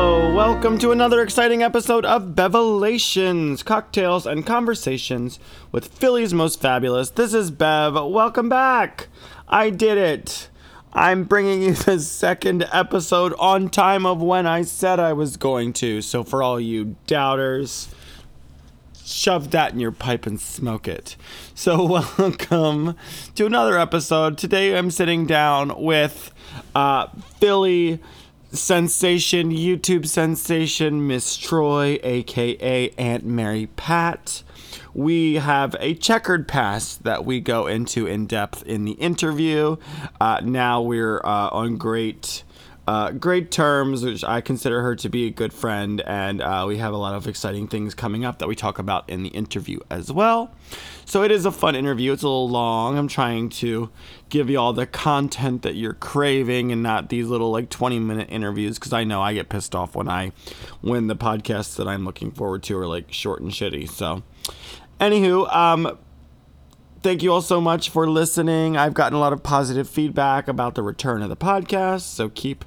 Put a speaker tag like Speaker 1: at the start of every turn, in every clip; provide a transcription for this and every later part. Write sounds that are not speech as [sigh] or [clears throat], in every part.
Speaker 1: welcome to another exciting episode of Bevelations, cocktails and conversations with Philly's most fabulous. This is Bev. Welcome back. I did it. I'm bringing you the second episode on time of when I said I was going to. So for all you doubters, shove that in your pipe and smoke it. So, [laughs] welcome to another episode. Today, I'm sitting down with uh, Philly sensation, YouTube sensation, Miss Troy, aka Aunt Mary Pat. We have a checkered past that we go into in depth in the interview. Uh, now we're uh, on great uh, great terms, which I consider her to be a good friend, and uh, we have a lot of exciting things coming up that we talk about in the interview as well. So it is a fun interview. It's a little long. I'm trying to give you all the content that you're craving and not these little like 20 minute interviews because I know I get pissed off when I when the podcasts that I'm looking forward to are like short and shitty. So, anywho, um, thank you all so much for listening. I've gotten a lot of positive feedback about the return of the podcast, so keep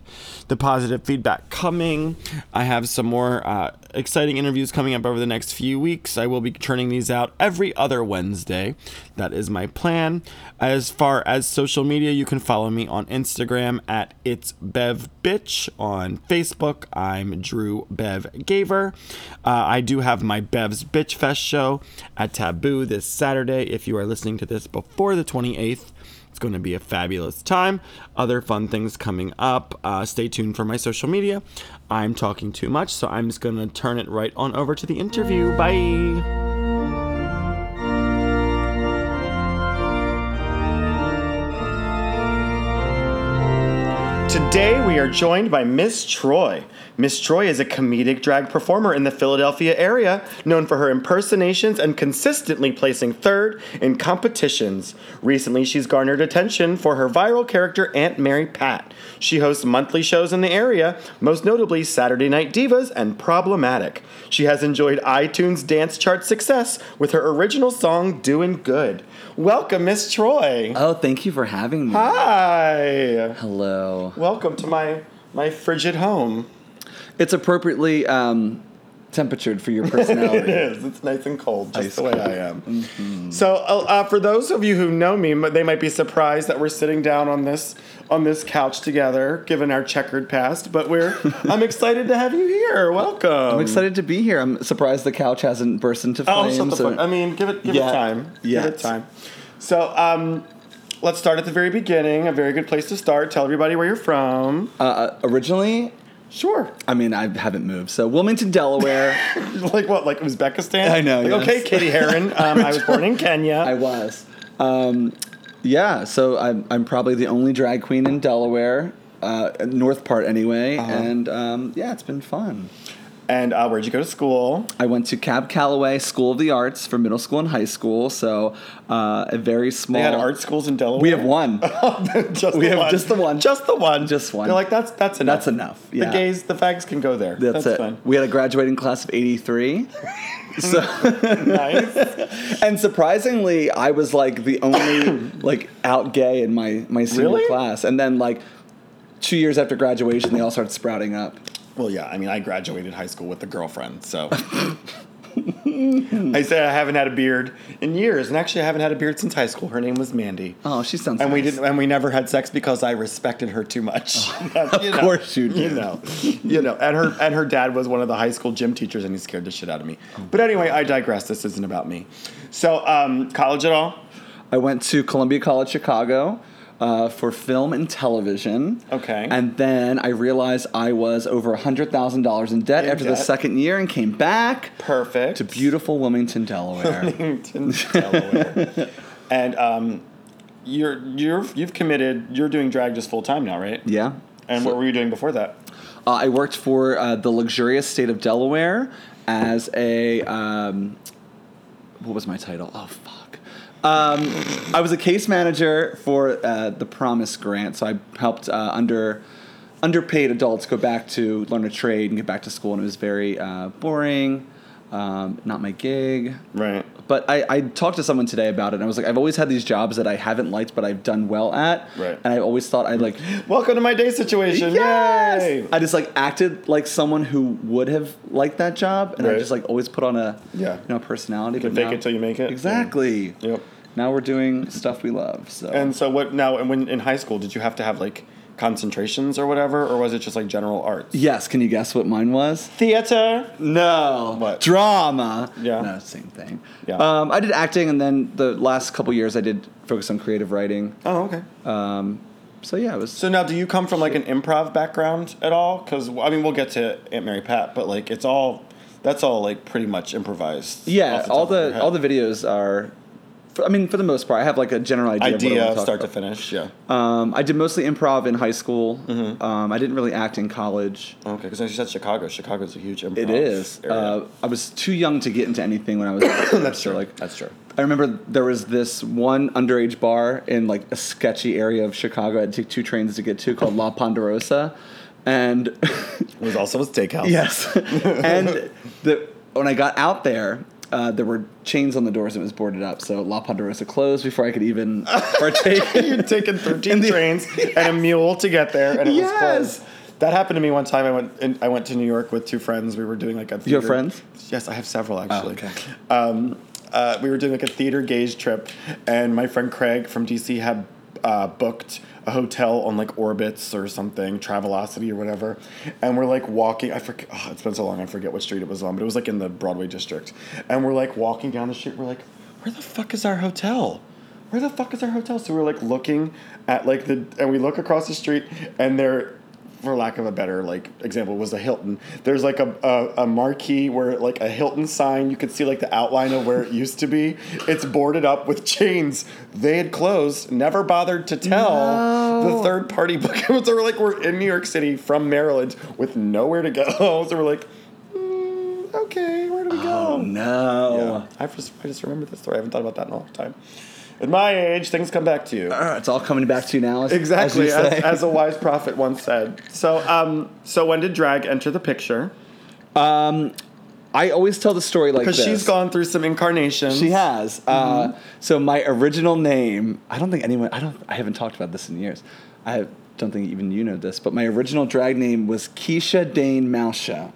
Speaker 1: the positive feedback coming. I have some more uh, exciting interviews coming up over the next few weeks. I will be turning these out every other Wednesday. That is my plan. As far as social media, you can follow me on Instagram at it's bev bitch. On Facebook, I'm Drew Bev Gaver. Uh, I do have my Bev's Bitch Fest show at Taboo this Saturday. If you are listening to this before the 28th, it's going to be a fabulous time. Other fun things coming up. Uh, stay tuned for my social media. I'm talking too much, so I'm just going to turn it right on over to the interview. Bye. Today we are joined by Miss Troy. Miss Troy is a comedic drag performer in the Philadelphia area, known for her impersonations and consistently placing third in competitions. Recently, she's garnered attention for her viral character Aunt Mary Pat. She hosts monthly shows in the area, most notably Saturday Night Divas and Problematic. She has enjoyed iTunes dance chart success with her original song Doing Good. Welcome, Miss Troy.
Speaker 2: Oh, thank you for having me.
Speaker 1: Hi.
Speaker 2: Hello.
Speaker 1: Welcome to my my frigid home.
Speaker 2: It's appropriately um, temperatured for your
Speaker 1: [laughs]
Speaker 2: personality.
Speaker 1: It is. It's nice and cold, just the way I am.
Speaker 2: Mm-hmm.
Speaker 1: So, uh, uh, for those of you who know me, m- they might be surprised that we're sitting down on this on this couch together, given our checkered past. But [laughs] we're I'm excited to have you here. Welcome.
Speaker 2: I'm excited to be here. I'm surprised the couch hasn't burst into
Speaker 1: Oh,
Speaker 2: flames.
Speaker 1: shut the
Speaker 2: or-
Speaker 1: fuck. I mean, give it give
Speaker 2: Yeah.
Speaker 1: it time.
Speaker 2: Yeah.
Speaker 1: Give it time. So, um, let's start at the very beginning. A very good place to start. Tell everybody where you're from.
Speaker 2: Uh, uh, originally,
Speaker 1: Sure. [laughs]
Speaker 2: I mean, I haven't moved. So Wilmington, Delaware,
Speaker 1: Like what? Like Uzbekistan?
Speaker 2: I know,
Speaker 1: Like,
Speaker 2: yes.
Speaker 1: Okay, Kitty Heron.
Speaker 2: [laughs]
Speaker 1: Um, I was born in Kenya. [laughs]
Speaker 2: I was. Um, yeah, so I'm, I'm probably the only drag queen in Delaware, uh, North Part anyway.
Speaker 1: Uh-huh.
Speaker 2: And um, yeah, it's been fun.
Speaker 1: and uh, where'd you go to school?
Speaker 2: I went to Cab Calloway School of the Arts for middle school and high school. So uh, a very small.
Speaker 1: They had art schools in Delaware.
Speaker 2: We have
Speaker 1: [laughs]
Speaker 2: one.
Speaker 1: just
Speaker 2: We
Speaker 1: the
Speaker 2: have
Speaker 1: one.
Speaker 2: just the one.
Speaker 1: Just the one.
Speaker 2: Just one.
Speaker 1: They're like that's that's enough.
Speaker 2: That's enough. Yeah.
Speaker 1: The gays, the fags can go there.
Speaker 2: That's, it. [laughs]
Speaker 1: fine.
Speaker 2: We had a graduating class of
Speaker 1: [laughs]
Speaker 2: 83. so,
Speaker 1: nice.
Speaker 2: and surprisingly, I was like
Speaker 1: [coughs]
Speaker 2: the only like out gay in my my senior
Speaker 1: Really?
Speaker 2: class. And then like 2 years after graduation, they all started sprouting up.
Speaker 1: well, yeah. I mean, I graduated high school with a girlfriend,
Speaker 2: [laughs]
Speaker 1: so. I said I haven't had a beard in years, and actually I haven't had a beard since high school. Her name was Mandy,
Speaker 2: Oh, she sounds
Speaker 1: and we
Speaker 2: nice.
Speaker 1: didn't, and we never had sex because I respected her too much. [laughs] of
Speaker 2: course you
Speaker 1: Oh. you
Speaker 2: did.
Speaker 1: know, you know, and her and her dad was one of the high school gym teachers, and he scared the shit out of me. But anyway, I digress. This isn't about me. So, um, college at all?
Speaker 2: I went to Columbia College Chicago uh, for film and television.
Speaker 1: Okay.
Speaker 2: And then I realized I was over $100,000 in debt
Speaker 1: In
Speaker 2: after the
Speaker 1: debt.
Speaker 2: second year and came back
Speaker 1: Perfect.
Speaker 2: to beautiful Wilmington, Delaware.
Speaker 1: [laughs] Wilmington, [laughs] Delaware. and um, you're you're you've committed. You're doing drag just full time now, right?
Speaker 2: yeah.
Speaker 1: And what were you doing before that?
Speaker 2: Uh, I worked for uh, the luxurious state of Delaware as a um, what was my title? Oh fuck! Um, I was a case manager for uh, the Promise Grant, so I helped uh, under underpaid adults go back to learn a trade and get back to school, and it was very uh, boring. Um, not my gig.
Speaker 1: Right.
Speaker 2: But I, I talked to someone today about it, and I was like, I've always had these jobs that I haven't liked, but I've done well at.
Speaker 1: Right.
Speaker 2: And I always thought I'd like,
Speaker 1: Welcome to my day situation.
Speaker 2: yes!
Speaker 1: Yay!
Speaker 2: I just like acted like someone who would have liked that job, and I
Speaker 1: Right.
Speaker 2: just like always put on a
Speaker 1: Yeah.
Speaker 2: you know personality. but
Speaker 1: fake
Speaker 2: now-
Speaker 1: it till you make it.
Speaker 2: Exactly.
Speaker 1: Yep.
Speaker 2: Now we're doing stuff we love. So
Speaker 1: And so what now? And when in high school, did you have to have like concentrations or whatever, or was it just like general arts?
Speaker 2: yes, can you guess what mine was?
Speaker 1: Theater.
Speaker 2: No.
Speaker 1: What?
Speaker 2: Drama.
Speaker 1: Yeah.
Speaker 2: No, same thing.
Speaker 1: Yeah.
Speaker 2: Um, I did acting, and then the last couple years I did focus on creative writing.
Speaker 1: Oh, okay.
Speaker 2: Um, so yeah, it was.
Speaker 1: So now, do you come from like an improv background at all? Because I mean, we'll get to Aunt Mary Pat, but like it's all that's all like pretty much improvised.
Speaker 2: yeah,
Speaker 1: off
Speaker 2: all
Speaker 1: top of your
Speaker 2: the
Speaker 1: head.
Speaker 2: all the videos are. For, I mean, for the most part, I have like a general idea. of what I wanna
Speaker 1: idea
Speaker 2: talk
Speaker 1: start to
Speaker 2: about.
Speaker 1: finish. Yeah.
Speaker 2: Um, I did mostly improv in high school.
Speaker 1: Mm-hmm.
Speaker 2: Um, I didn't really act in college.
Speaker 1: Okay, because as you said, Chicago. Chicago's a huge improv.
Speaker 2: It is.
Speaker 1: area.
Speaker 2: Uh, I was too young to get into anything when I
Speaker 1: [coughs]
Speaker 2: was. That's
Speaker 1: Sure,
Speaker 2: Like,
Speaker 1: that's true.
Speaker 2: I remember there was this one underage bar in like a sketchy area of Chicago. I had to take two trains to get to called La Ponderosa, and [laughs]
Speaker 1: It was also a steakhouse. [laughs]
Speaker 2: yes, and the when I got out there. Uh, there were chains on the doors and it was boarded up, so La Ponderosa closed before I
Speaker 1: [laughs]
Speaker 2: could even partake.
Speaker 1: You'd taken 13
Speaker 2: the-
Speaker 1: trains and a mule to get there, and it
Speaker 2: Yes.
Speaker 1: was closed. That happened to me one time. I went and I went to New York with two friends. We were doing like a theater.
Speaker 2: friends?
Speaker 1: Yes, I have several actually.
Speaker 2: okay.
Speaker 1: Um, uh, we were doing like a theater gauge trip, and my friend Craig from DC had uh, booked a hotel on like Orbits or something, Travelocity or whatever. And we're like walking. I forget. Oh, it's been so long. I forget what street it was on, but it was like in the Broadway district. And we're like walking down the street. We're like, where the fuck is our hotel? Where the fuck is our hotel? So we're like looking at like the, and we look across the street, and there for lack of a better like example was the Hilton. There's like a, a, a marquee where like a Hilton sign, you could see like the outline of where it used to be. It's boarded up with chains. They had closed, never bothered to tell the third [laughs] party book. so we're like we're in New York City from Maryland with nowhere to go. [laughs] So we're like, mm, okay, where do we
Speaker 2: oh
Speaker 1: go?
Speaker 2: no!
Speaker 1: Yeah. I just I just remembered this story. I haven't thought about that in a long time. At my age, things come back to you.
Speaker 2: Uh, it's all coming back to you now. as- as you
Speaker 1: Exactly, as,
Speaker 2: say.
Speaker 1: as a wise prophet once said. So, um, so when did drag enter the picture?
Speaker 2: I always tell the story like
Speaker 1: Because
Speaker 2: this.
Speaker 1: she's gone Mm-hmm. through some incarnations.
Speaker 2: She has. Uh, so my original name. I don't think anyone. I don't. I haven't talked about this in years. I don't think even you know this, but my original drag name was Keisha Dane Malsha,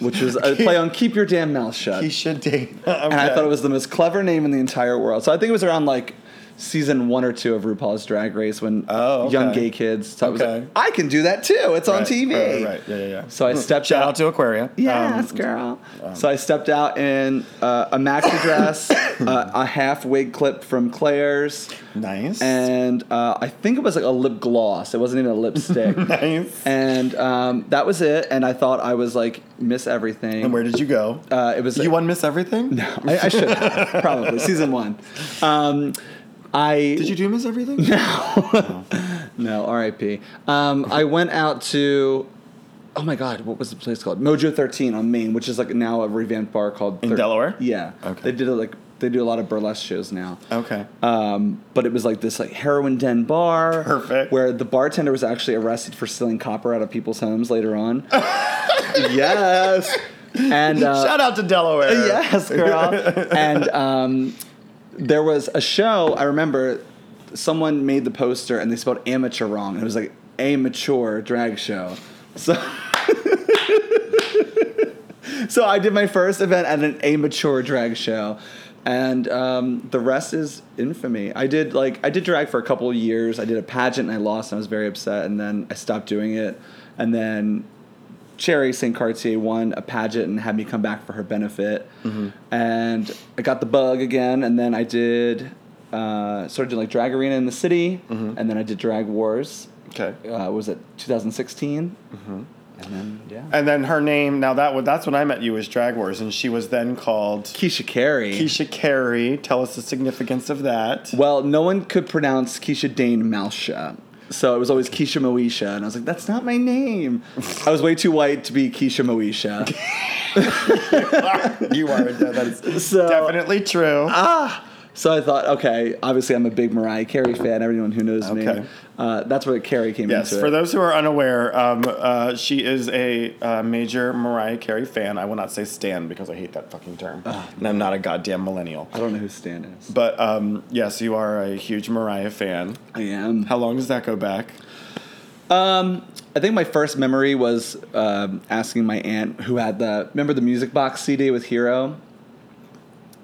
Speaker 2: which was a play on Keep Your Damn Mouth Shut.
Speaker 1: Keisha [laughs] Dane.
Speaker 2: And I thought it was the most clever name in the entire world. So I think it was around like season one or two of RuPaul's Drag Race when
Speaker 1: Oh, okay.
Speaker 2: young gay kids. So I was
Speaker 1: Okay.
Speaker 2: like, I can do that too. It's on
Speaker 1: Right,
Speaker 2: TV.
Speaker 1: right, right. Yeah, yeah, yeah. [laughs]
Speaker 2: So I stepped
Speaker 1: Shout
Speaker 2: out.
Speaker 1: out to Aquaria.
Speaker 2: Yes,
Speaker 1: Um,
Speaker 2: girl. so I stepped out in uh, a [coughs] maxi dress, uh, a half wig clip from Claire's,
Speaker 1: nice.
Speaker 2: and uh, I think it was like a lip gloss. It wasn't even a [laughs]
Speaker 1: [laughs]
Speaker 2: lipstick.
Speaker 1: nice.
Speaker 2: And um, that was it. And I thought I was like miss everything.
Speaker 1: And where did you go?
Speaker 2: uh, it was
Speaker 1: you won Miss Everything? No.
Speaker 2: [laughs] I, I should have, probably season one. Um, I
Speaker 1: Did you do Miss
Speaker 2: [laughs]
Speaker 1: Everything? No.
Speaker 2: No, R.I.P. Um, I went out to, oh my God, what was the place called? Mojo Thirteen on Main, which is like now a revamped bar called
Speaker 1: In Delaware?
Speaker 2: Yeah,
Speaker 1: Okay.
Speaker 2: They did a, like they do a lot of burlesque shows now.
Speaker 1: Okay.
Speaker 2: Um, but it was like this like heroin den bar,
Speaker 1: Perfect.
Speaker 2: where the bartender was actually arrested for stealing copper out of people's homes
Speaker 1: [laughs]
Speaker 2: later on. yes, and uh,
Speaker 1: Shout out to
Speaker 2: [laughs]
Speaker 1: Delaware.
Speaker 2: Yes, girl. and um, there was a show. I remember someone made the poster and they spelled amateur wrong. And it was like amateur drag show. So. [laughs] So I did my first event at an amateur drag show, and um, the rest is infamy. I did like I did drag for a couple of years. I did a pageant and I lost, and I was very upset. And then I stopped doing it. And then Cherry St. Cartier won a pageant and had me come back for her benefit. And I got the bug again. And then I did uh, started doing like drag arena in the city, and then I did drag wars.
Speaker 1: Okay.
Speaker 2: Uh, was it 2016? And then yeah.
Speaker 1: And then her name, now that would that's when I met you was Drag Wars, and she was then called
Speaker 2: Keisha Carey.
Speaker 1: Keisha Carey. Tell us the significance of that.
Speaker 2: Well, no one could pronounce Keisha Dane Malsha. So it was always Keisha Moesha. And I was like, that's not my [laughs] name. I was way too white to be Keisha [laughs] Moesha.
Speaker 1: you are a dead. That is
Speaker 2: [laughs] So-
Speaker 1: definitely true.
Speaker 2: ah! So I thought, okay, obviously I'm a big Mariah Carey fan. Everyone who knows
Speaker 1: Okay.
Speaker 2: me, uh, that's where Carey came
Speaker 1: Yes,
Speaker 2: into
Speaker 1: for
Speaker 2: it.
Speaker 1: those who are unaware, um, uh, she is a uh, major Mariah Carey fan. I will not say stan because I hate that fucking term,
Speaker 2: Ah.
Speaker 1: and I'm not a goddamn millennial.
Speaker 2: I don't know who Stan is.
Speaker 1: But um, yes, you are a huge Mariah fan.
Speaker 2: I am.
Speaker 1: How long does that go back?
Speaker 2: Um, I think my first memory was um, asking my aunt who had the remember the music box CD with Hero.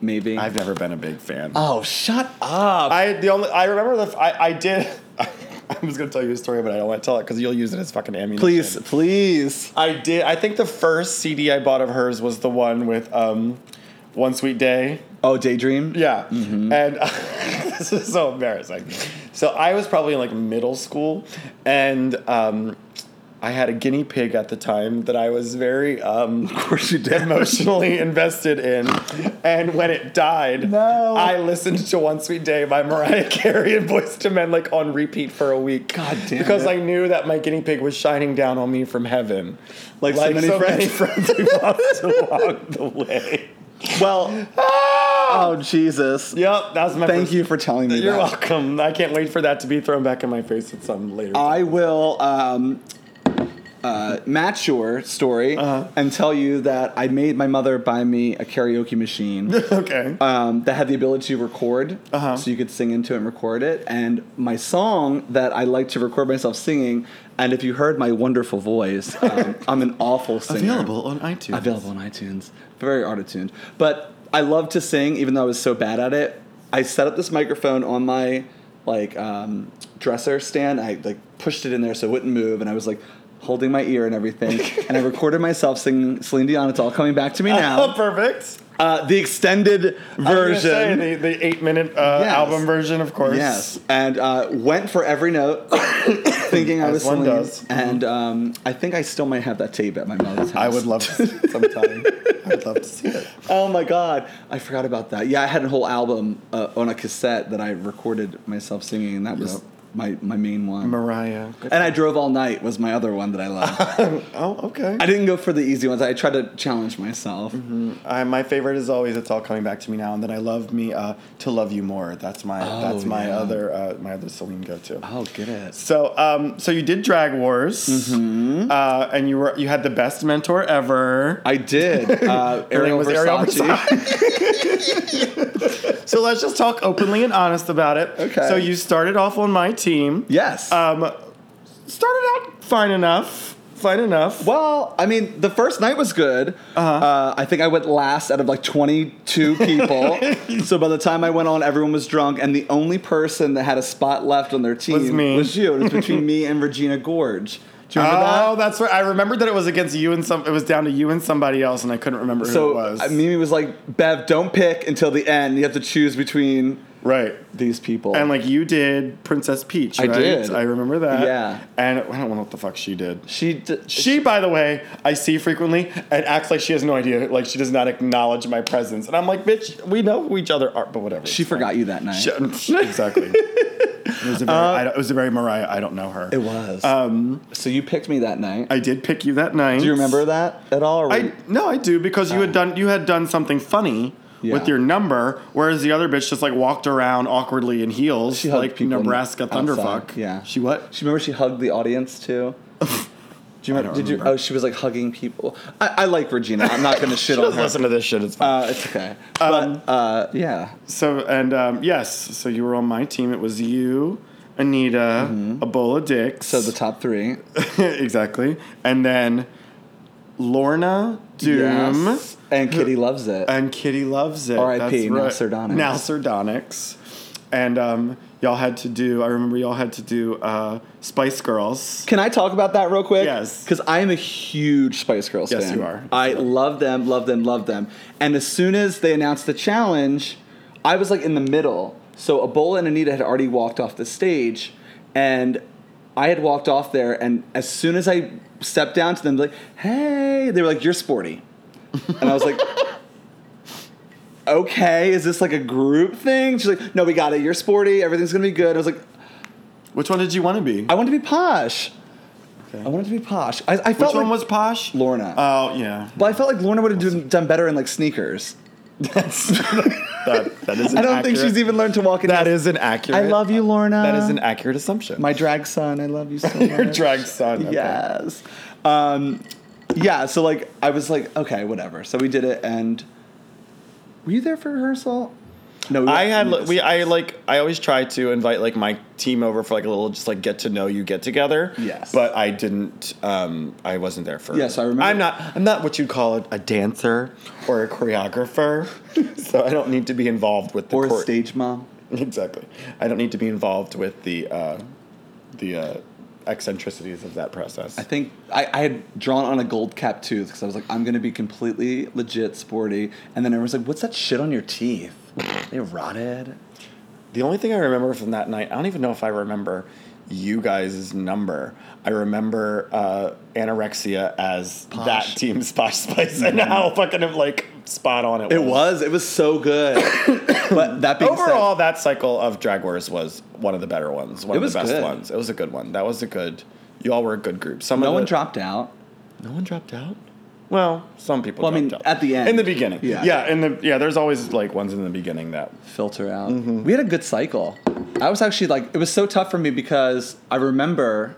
Speaker 2: Maybe.
Speaker 1: I've never been a big fan.
Speaker 2: oh, shut up!
Speaker 1: I the only I remember the f- I, I did. [laughs] I was gonna tell you a story, but I don't want to tell it because you'll use it as fucking ammunition.
Speaker 2: please, please.
Speaker 1: I did. I think the first CD I bought of hers was the one with um, "One Sweet Day."
Speaker 2: Oh, daydream.
Speaker 1: Yeah,
Speaker 2: Mm-hmm.
Speaker 1: and [laughs] this is so embarrassing. So I was probably in like middle school, and um, I had a guinea pig at the time that I was very um,
Speaker 2: [laughs] Of course you did.
Speaker 1: emotionally invested in. And when it died,
Speaker 2: No.
Speaker 1: I listened to One Sweet Day by Mariah [laughs] Carey and Boys to Men like on repeat for a week.
Speaker 2: God damn
Speaker 1: Because
Speaker 2: it.
Speaker 1: I knew that my guinea pig was shining down on me from heaven.
Speaker 2: Like so many
Speaker 1: many
Speaker 2: friends.
Speaker 1: friends who lost along the way.
Speaker 2: [laughs] well,
Speaker 1: Ah!
Speaker 2: oh Jesus!
Speaker 1: Yep, that was my
Speaker 2: Thank
Speaker 1: first-
Speaker 2: you for telling me.
Speaker 1: You're
Speaker 2: that.
Speaker 1: welcome. I can't wait for that to be thrown back in my face at some later.
Speaker 2: I will um, uh, match your story
Speaker 1: Uh-huh.
Speaker 2: and tell you that I made my mother buy me a karaoke
Speaker 1: [laughs]
Speaker 2: machine.
Speaker 1: okay.
Speaker 2: um, that had the ability to record,
Speaker 1: Uh-huh.
Speaker 2: so you could sing into it and record it. And my song that I like to record myself singing, and if you heard my wonderful voice, um, I'm an awful singer.
Speaker 1: on iTunes.
Speaker 2: Available on iTunes. Very auto-tuned. But I love to sing, even though I was so bad at it. I set up this microphone on my like um, dresser stand. I like pushed it in there so it wouldn't move, and I was like holding my ear
Speaker 1: [laughs]
Speaker 2: and everything. and I recorded myself singing Celine Dion. It's all coming back to me
Speaker 1: [laughs] Oh,
Speaker 2: now.
Speaker 1: perfect.
Speaker 2: Uh, the
Speaker 1: I
Speaker 2: extended
Speaker 1: was
Speaker 2: version.
Speaker 1: gonna say, the, the eight minute uh,
Speaker 2: Yes.
Speaker 1: album version, of course.
Speaker 2: Yes, and uh, went for every note, [coughs] thinking I
Speaker 1: As
Speaker 2: was
Speaker 1: one
Speaker 2: Celine.
Speaker 1: does.
Speaker 2: And um, I think I still might have that tape at my mother's house.
Speaker 1: I would love to see
Speaker 2: [laughs]
Speaker 1: it sometime. I would love to see it.
Speaker 2: Oh my god, I forgot about that. Yeah, I had a whole album uh, on a cassette that I recorded myself singing, and that was
Speaker 1: Yep.
Speaker 2: my my main one.
Speaker 1: Mariah.
Speaker 2: and I drove all night was my other one that
Speaker 1: [laughs]
Speaker 2: I loved.
Speaker 1: Oh, okay.
Speaker 2: I didn't go for the easy ones. I tried to challenge myself.
Speaker 1: I, my favorite is always "It's All Coming Back to Me Now," and then I love me uh, to love you more. That's my that's
Speaker 2: Oh,
Speaker 1: my
Speaker 2: yeah.
Speaker 1: other uh, my other Celine go to.
Speaker 2: Oh, get it.
Speaker 1: So, um, so you did Drag Wars,
Speaker 2: Mm-hmm.
Speaker 1: uh, and you were you had the best mentor ever. [laughs]
Speaker 2: I did. Uh,
Speaker 1: Her name
Speaker 2: Ariel
Speaker 1: was Ariel
Speaker 2: Versace.
Speaker 1: [laughs] So let's just talk openly and honest about it.
Speaker 2: Okay.
Speaker 1: So you started off on my team.
Speaker 2: Yes.
Speaker 1: Um, started out fine enough. Fine enough.
Speaker 2: Well, I mean, the first night was good. uh
Speaker 1: Uh-huh.
Speaker 2: I think I went last out of like
Speaker 1: [laughs]
Speaker 2: 22 people. so by the time I went on, everyone was drunk, and the only person that had a spot left on their team
Speaker 1: Was me.
Speaker 2: you. It was between
Speaker 1: [laughs]
Speaker 2: me and Regina Gorge. Do you remember
Speaker 1: oh,
Speaker 2: that?
Speaker 1: that's right. I remembered that it was against you and some. It was down to you and somebody else, and I couldn't remember who
Speaker 2: So
Speaker 1: it was.
Speaker 2: uh, Mimi was like, "Bev, don't pick until the end. You have to choose between
Speaker 1: right.
Speaker 2: these people."
Speaker 1: And like you did Princess Peach,
Speaker 2: I
Speaker 1: right?
Speaker 2: did.
Speaker 1: I remember that.
Speaker 2: Yeah.
Speaker 1: And I don't know what the fuck she did.
Speaker 2: she, d-
Speaker 1: She, by the way, I see frequently and acts like she has no idea. Like she does not acknowledge my presence, and I'm like, bitch, we know who each other are, but whatever.
Speaker 2: she
Speaker 1: it's fine.
Speaker 2: forgot you that night.
Speaker 1: Sh- [laughs] exactly. It was, a very, I don't- it was a very Mariah. I don't know her.
Speaker 2: it was. Um, so you picked me that night.
Speaker 1: I did pick you Oh. that night.
Speaker 2: do you remember that at all? or were
Speaker 1: I
Speaker 2: you-
Speaker 1: no, I do because you had done you had done something funny
Speaker 2: Yeah.
Speaker 1: with your number, whereas the other bitch just like walked around awkwardly in heels,
Speaker 2: She hugged
Speaker 1: like
Speaker 2: people
Speaker 1: Nebraska
Speaker 2: outside,
Speaker 1: Thunderfuck.
Speaker 2: yeah.
Speaker 1: she what?
Speaker 2: She remember she hugged the audience too. Do you remember?
Speaker 1: don't
Speaker 2: Did you?
Speaker 1: remember.
Speaker 2: Oh, she was like hugging people. I, I like Regina. I'm not
Speaker 1: [laughs]
Speaker 2: going to shit on
Speaker 1: Just
Speaker 2: her.
Speaker 1: listen to this shit. It's fine.
Speaker 2: Uh, it's okay.
Speaker 1: Um,
Speaker 2: but uh, yeah,
Speaker 1: So and um, yes, so you were on my team. It was you, Anita, Ebola Dix.
Speaker 2: Mm-hmm. so the top three.
Speaker 1: [laughs] exactly, and then Lorna Doom
Speaker 2: Yes. And Kitty loves it.
Speaker 1: and Kitty loves it.
Speaker 2: R.I.P.,
Speaker 1: Now
Speaker 2: Nalserdonics.
Speaker 1: Now Sardonyx, and um, y'all had to do. I remember y'all had to do uh, Spice Girls.
Speaker 2: Can I talk about that real quick?
Speaker 1: Yes.
Speaker 2: Because I am a huge Spice Girls
Speaker 1: Yes,
Speaker 2: fan.
Speaker 1: you are.
Speaker 2: I love them, love them, love them. And as soon as they announced the challenge, I was like in the middle. So Ebola and Anita had already walked off the stage, and I had walked off there. And as soon as I stepped down to them, like, hey, they were like, you're sporty. And I was like, [laughs] okay, is this like a group thing? She's like, no, we got it. You're sporty. Everything's going to be good. I was like,
Speaker 1: Which one did you want to be?
Speaker 2: I wanted to be posh. I wanted to be posh. I, I felt
Speaker 1: Which one
Speaker 2: like
Speaker 1: was posh?
Speaker 2: Lorna.
Speaker 1: Oh yeah.
Speaker 2: but I felt like Lorna would have done better in like sneakers.
Speaker 1: That's that, that is. An
Speaker 2: [laughs] I don't
Speaker 1: accurate-
Speaker 2: think she's even learned to walk in.
Speaker 1: That is an accurate.
Speaker 2: I love you, Lorna.
Speaker 1: That is an accurate assumption.
Speaker 2: my drag son. I love you so much.
Speaker 1: [laughs] your drag son. okay.
Speaker 2: Yes. Um, yeah. So like, I was like, okay, whatever. So we did it, and were you there for rehearsal? No, we
Speaker 1: I had
Speaker 2: we-
Speaker 1: we I like I always try to invite like my team over for like a little just like get to know you get together.
Speaker 2: Yes.
Speaker 1: But I didn't um I wasn't there for
Speaker 2: Yes, I remember.
Speaker 1: I'm not I'm not what you'd call a, a dancer or a
Speaker 2: [laughs]
Speaker 1: choreographer. so I don't need to be involved with the
Speaker 2: or
Speaker 1: chore-
Speaker 2: a stage mom.
Speaker 1: [laughs] Exactly. I don't need to be involved with the uh the uh eccentricities of that process.
Speaker 2: I think I, I had drawn on a gold cap too because I was like, I'm gonna be completely legit sporty, and then everyone's like, what's that shit on your teeth? [laughs] they rotted.
Speaker 1: The only thing I remember from that night, I don't even know if I remember you guys' number. I remember uh, anorexia as that team's [laughs] Posh Spice and how fucking like spot on it,
Speaker 2: Mm-hmm. It was. It was so good. [coughs] but that being
Speaker 1: Overall, that cycle of Drag Wars was one of the better ones, one
Speaker 2: It
Speaker 1: of
Speaker 2: was
Speaker 1: the best
Speaker 2: good.
Speaker 1: ones. It was a good one. That was a good. You all were a good group. Some
Speaker 2: said, no
Speaker 1: of
Speaker 2: one
Speaker 1: the-
Speaker 2: dropped out.
Speaker 1: No one dropped out. Well, some people.
Speaker 2: Well, I
Speaker 1: dropped
Speaker 2: mean,
Speaker 1: out.
Speaker 2: at the end.
Speaker 1: in the beginning,
Speaker 2: Yeah.
Speaker 1: yeah, in the yeah. There's always like ones in the beginning that
Speaker 2: filter out. We had a good cycle. I was actually like, it was so tough for me because I remember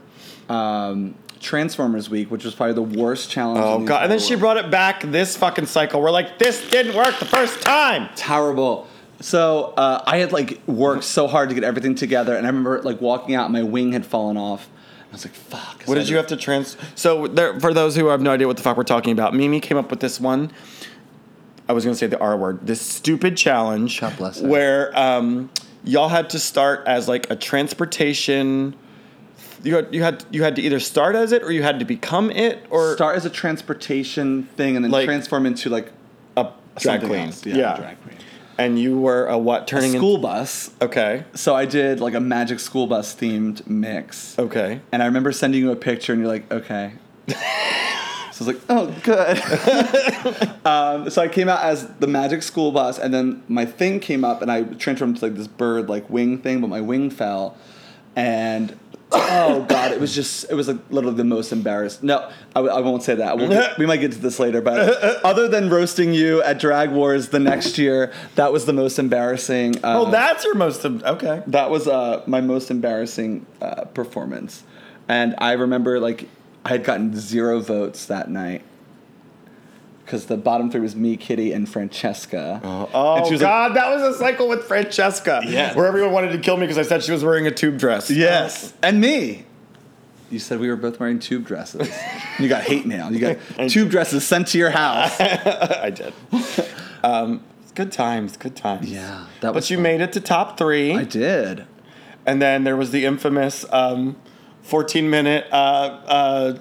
Speaker 2: um, Transformers Week, which was probably the worst challenge.
Speaker 1: Oh
Speaker 2: in the
Speaker 1: god! And then
Speaker 2: entire
Speaker 1: she
Speaker 2: world.
Speaker 1: brought it back this fucking cycle. We're like, this didn't work the first time.
Speaker 2: terrible. So uh, I had like worked so hard to get everything together, and I remember like walking out, my wing had fallen off. I was like, "Fuck!"
Speaker 1: What did you have to trans? So there, for those who have no idea what the fuck we're talking about, Mimi came up with this one. I was gonna say the R word. This stupid challenge.
Speaker 2: God bless her.
Speaker 1: Where um, y'all had to start as like a transportation. You had you had you had to either start as it or you had to become it or
Speaker 2: start as a transportation thing, and then
Speaker 1: Like-
Speaker 2: transform into like
Speaker 1: a drag
Speaker 2: something
Speaker 1: queen.
Speaker 2: else.
Speaker 1: Yeah.
Speaker 2: drag queen.
Speaker 1: And you were a what turning in-
Speaker 2: School bus.
Speaker 1: okay.
Speaker 2: So I did like a magic school bus themed mix.
Speaker 1: Okay.
Speaker 2: And I remember sending you a picture, and you're like, okay. so I was like, oh, good. um, so I came out as the magic school bus, and then my thing came up, and I transformed into like this bird, like wing thing, but my wing fell, and. oh god, it was just it was like literally the most embarrassed. No, I, w- I won't say that. We'll get- we might get to this later, but other than roasting you at Drag Wars the next year, that was the most embarrassing. Uh,
Speaker 1: Oh, that's your most of, okay.
Speaker 2: that was uh, my most embarrassing uh, performance and i remember like i had gotten zero votes that night because the bottom three was me kitty and francesca
Speaker 1: Oh
Speaker 2: And she was like-
Speaker 1: God, that was a cycle with Francesca.
Speaker 2: Yeah.
Speaker 1: where everyone wanted to kill me because I said she was wearing a tube dress.
Speaker 2: yes and me you said we were both wearing tube dresses [laughs] you got hate mail
Speaker 1: [laughs]
Speaker 2: you got tube dresses sent to your house
Speaker 1: [laughs] I did. Um, good times, good times.
Speaker 2: Yeah, that
Speaker 1: but
Speaker 2: was
Speaker 1: you
Speaker 2: fun.
Speaker 1: made it to top three,
Speaker 2: i did
Speaker 1: and then there was the infamous um, fourteen minute uh, uh,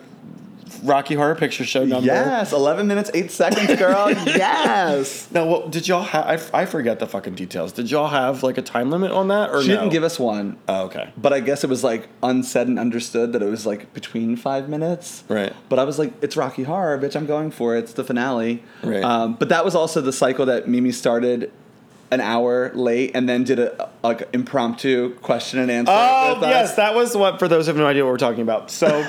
Speaker 1: Rocky Horror Picture Show number.
Speaker 2: yes 11 minutes 8 seconds [laughs] girl yes
Speaker 1: Now, what, did y'all have? I, I forget the fucking details. Did y'all have like a time limit on that, or
Speaker 2: she
Speaker 1: no?
Speaker 2: didn't give us one
Speaker 1: Oh, okay.
Speaker 2: But I guess it was like unsaid and understood that it was like between five minutes.
Speaker 1: Right.
Speaker 2: But I was like, it's Rocky Horror, bitch. I'm going for it. It's the finale.
Speaker 1: Right.
Speaker 2: Um, but that was also the cycle that Mimi started an hour late and then did a like impromptu question and answer.
Speaker 1: Oh
Speaker 2: with us.
Speaker 1: yes, that was what. For those who have no idea what we're talking about, so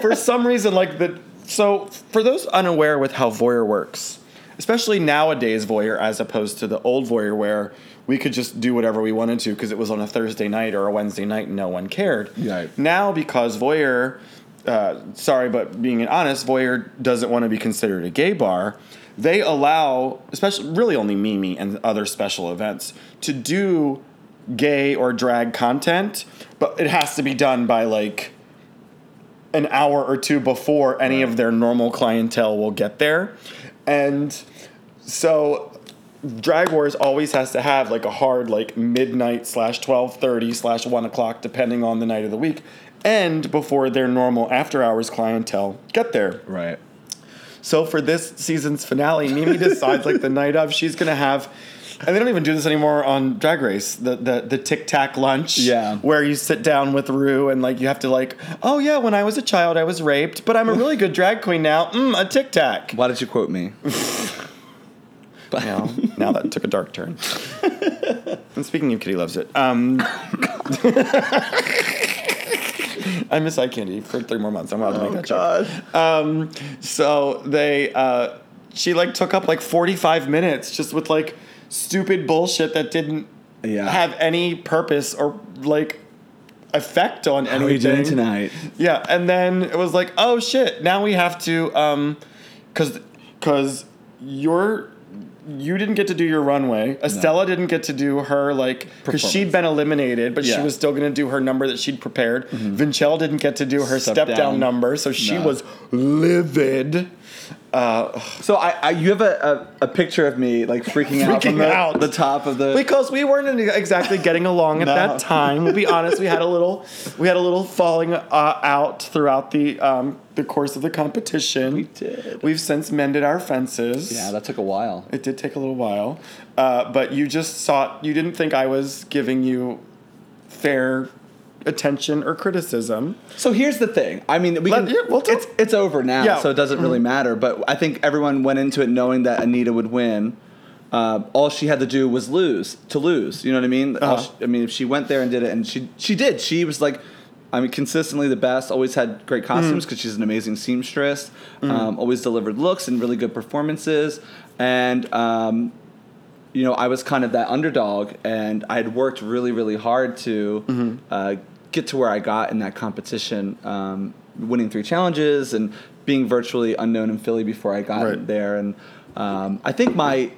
Speaker 1: for some reason, like the so for those unaware with how voyeur works, especially nowadays voyeur as opposed to the old voyeur where we could just do whatever we wanted to because it was on a Thursday night or a Wednesday night and no one cared.
Speaker 2: Right.
Speaker 1: Now because voyeur, uh, sorry, but being honest, voyeur doesn't want to be considered a gay bar. They allow, especially really only Mimi and other special events to do gay or drag content, but it has to be done by like an hour or two before any of their normal clientele will get there. And so Drag Wars always has to have like a hard like midnight slash twelve thirty slash one o'clock depending on the night of the week, and before their normal after hours clientele get there.
Speaker 2: Right.
Speaker 1: So for this season's finale, Mimi decides like the night of she's gonna have, and they don't even do this anymore on Drag Race. The the the tic tac lunch,
Speaker 2: Yeah.
Speaker 1: where you sit down with Rue and like you have to like, oh yeah, when I was a child I was raped, but I'm a really good drag queen now. Mm, a tic tac.
Speaker 2: Why did you quote me? [laughs] Oh, but
Speaker 1: Now, now that took a dark turn. and speaking of Kitty Loves It, um, [laughs] I miss eye candy for three more months. I'm about to make that joke. Um, so they, uh, she like took up like 45 minutes just with like stupid bullshit that didn't
Speaker 2: Yeah.
Speaker 1: have any purpose or like effect on anything.
Speaker 2: How are you doing tonight?
Speaker 1: Yeah, and then it was like, oh shit, now we have to um cuz cuz your you didn't get to do your runway. Estella didn't get to do her like cuz she'd
Speaker 2: Performance.
Speaker 1: been eliminated, but she
Speaker 2: Yeah. Mm-hmm.
Speaker 1: was still going to do her number that she'd prepared. Vincel didn't get to do her
Speaker 2: Step
Speaker 1: step, down.
Speaker 2: down.
Speaker 1: number, so she
Speaker 2: No.
Speaker 1: was livid.
Speaker 2: So I, I you have a, a, a picture of me like freaking, out
Speaker 1: Freaking
Speaker 2: from the,
Speaker 1: out.
Speaker 2: the top of the
Speaker 1: because we weren't exactly getting along at
Speaker 2: No.
Speaker 1: that time. We'll be honest, we had a little we had a little falling uh, out throughout the um, the course of the competition. We
Speaker 2: did.
Speaker 1: We've since mended our fences.
Speaker 2: Yeah, that took a while.
Speaker 1: it did take a little while, uh, but you just sought. You didn't think I was giving you fair attention or criticism.
Speaker 2: So here's the thing. I mean, we
Speaker 1: Let-
Speaker 2: can,
Speaker 1: yeah, we'll talk-
Speaker 2: it's it's over now,
Speaker 1: Yeah. Mm-hmm.
Speaker 2: so it doesn't really matter. But I think everyone went into it knowing that Anita would win. Uh, all she had to do was lose to lose. You know what I mean? All
Speaker 1: Uh-huh.
Speaker 2: she- I mean, if she went there and did it, and she she did. She was like, I mean, consistently the best. Always had
Speaker 1: Mm.
Speaker 2: great costumes because she's an amazing seamstress. Um, always delivered looks and really good performances. And um, you know, I was kind of that underdog, and I had worked really, really hard to uh, get to where I got in that competition, um, winning three challenges and being virtually unknown in Philly before I got
Speaker 1: Right.
Speaker 2: there. And um, I think my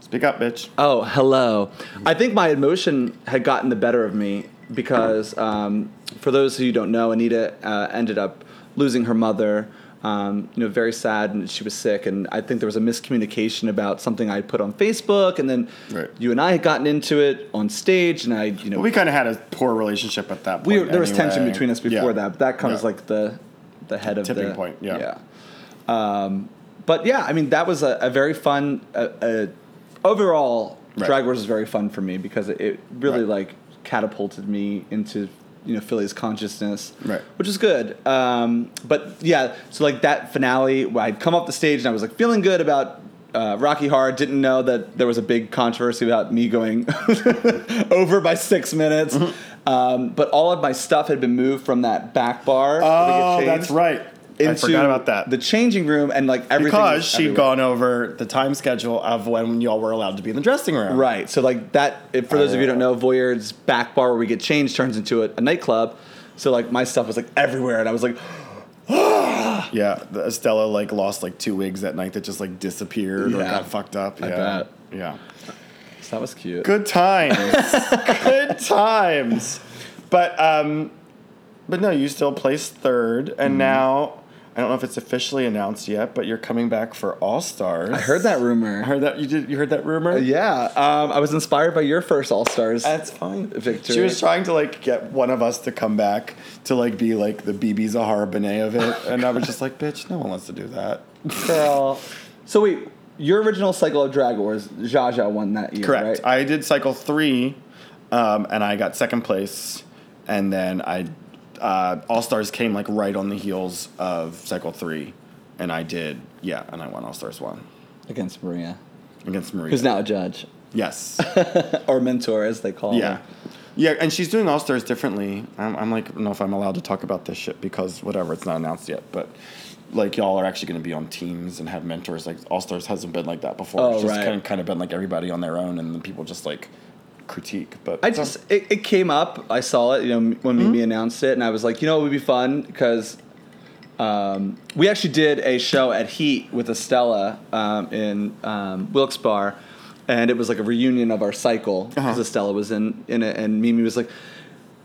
Speaker 1: Speak up, bitch.
Speaker 2: Oh, hello. I think my emotion had gotten the better of me because, um, for those who don't know, Anita uh, ended up losing her mother. Um, you know, very sad, and she was sick. And I think there was a miscommunication about something I had put on Facebook, and then
Speaker 1: Right.
Speaker 2: you and I had gotten into it on stage, and I, you know,
Speaker 1: We kind of had a poor relationship at that point.
Speaker 2: we were, there was
Speaker 1: anyway.
Speaker 2: tension between us before
Speaker 1: Yeah.
Speaker 2: that, but that comes
Speaker 1: Yeah.
Speaker 2: like the the head of
Speaker 1: Tipping
Speaker 2: the
Speaker 1: point, yeah.
Speaker 2: yeah. Um, but yeah, I mean that was a, a very fun. Uh, uh, overall,
Speaker 1: Right.
Speaker 2: Drag Race was very fun for me because it, it really
Speaker 1: Right.
Speaker 2: like catapulted me into you know Philly's consciousness,
Speaker 1: Right.
Speaker 2: Which is good. Um, but yeah, so like that finale, where I'd come off the stage and I was like feeling good about. Uh, Rocky Hard didn't know that there was a big controversy about me going over by six minutes,
Speaker 1: Mm-hmm.
Speaker 2: um, but all of my stuff had been moved from that back bar. where they get
Speaker 1: Oh,
Speaker 2: changed
Speaker 1: that's right. I forgot about that.
Speaker 2: the changing room and like everything
Speaker 1: because
Speaker 2: was
Speaker 1: she'd
Speaker 2: everywhere.
Speaker 1: gone over the time schedule of when y'all were allowed to be in the dressing room.
Speaker 2: right so like that if, for those of you who
Speaker 1: Oh.
Speaker 2: don't know voyard's back bar where we get changed turns into a, a nightclub so like my stuff was like everywhere and i was like [gasps]
Speaker 1: Yeah. the- Estella like lost like two wigs that night that just like disappeared or
Speaker 2: Yeah.
Speaker 1: got fucked up. Yeah.
Speaker 2: I bet.
Speaker 1: Yeah.
Speaker 2: so that was cute
Speaker 1: Good
Speaker 2: [laughs]
Speaker 1: times. Good times. But um but no, you still placed third and
Speaker 2: Mm-hmm.
Speaker 1: now I don't know if it's officially announced yet, but you're coming back for All Stars.
Speaker 2: i heard that rumor
Speaker 1: I heard that you did you heard that rumor?
Speaker 2: yeah um, i was inspired by your first all-stars
Speaker 1: That's fine.
Speaker 2: Victor.
Speaker 1: She was trying to like get one of us to come back to like be like the BB Zahara Benet of it, and I was just like, bitch, no one wants to do that.
Speaker 2: girl so wait your original cycle of drag wars Zsa Zsa won that year
Speaker 1: Correct.
Speaker 2: right
Speaker 1: I did cycle three, um, and I got second place, and then I uh, All Stars came like right on the heels of cycle three, and I did yeah, and I won All Stars one
Speaker 2: against maria
Speaker 1: against Maria.
Speaker 2: who's now a judge
Speaker 1: Yes.
Speaker 2: or mentor as they call
Speaker 1: Yeah.
Speaker 2: her
Speaker 1: Yeah, and she's doing All Stars differently. I'm, I'm like, I don't know if I'm allowed to talk about this shit because whatever, it's not announced yet. But like, y'all are actually going to be on teams and have mentors. Like, All Stars hasn't been like that before.
Speaker 2: Oh,
Speaker 1: it's just
Speaker 2: right.
Speaker 1: kind, of, kind of been like everybody on their own and the people just like critique. But
Speaker 2: I just it, it came up. I saw it, you know, m- when
Speaker 1: Mm-hmm.
Speaker 2: Mimi announced it, and I was like, you know, it would be fun because um, we actually did a show at Heat with Estella um, in um, Wilkes Bar, and it was like a reunion of our cycle because
Speaker 1: Uh-huh.
Speaker 2: Estella was in in it, and Mimi was like,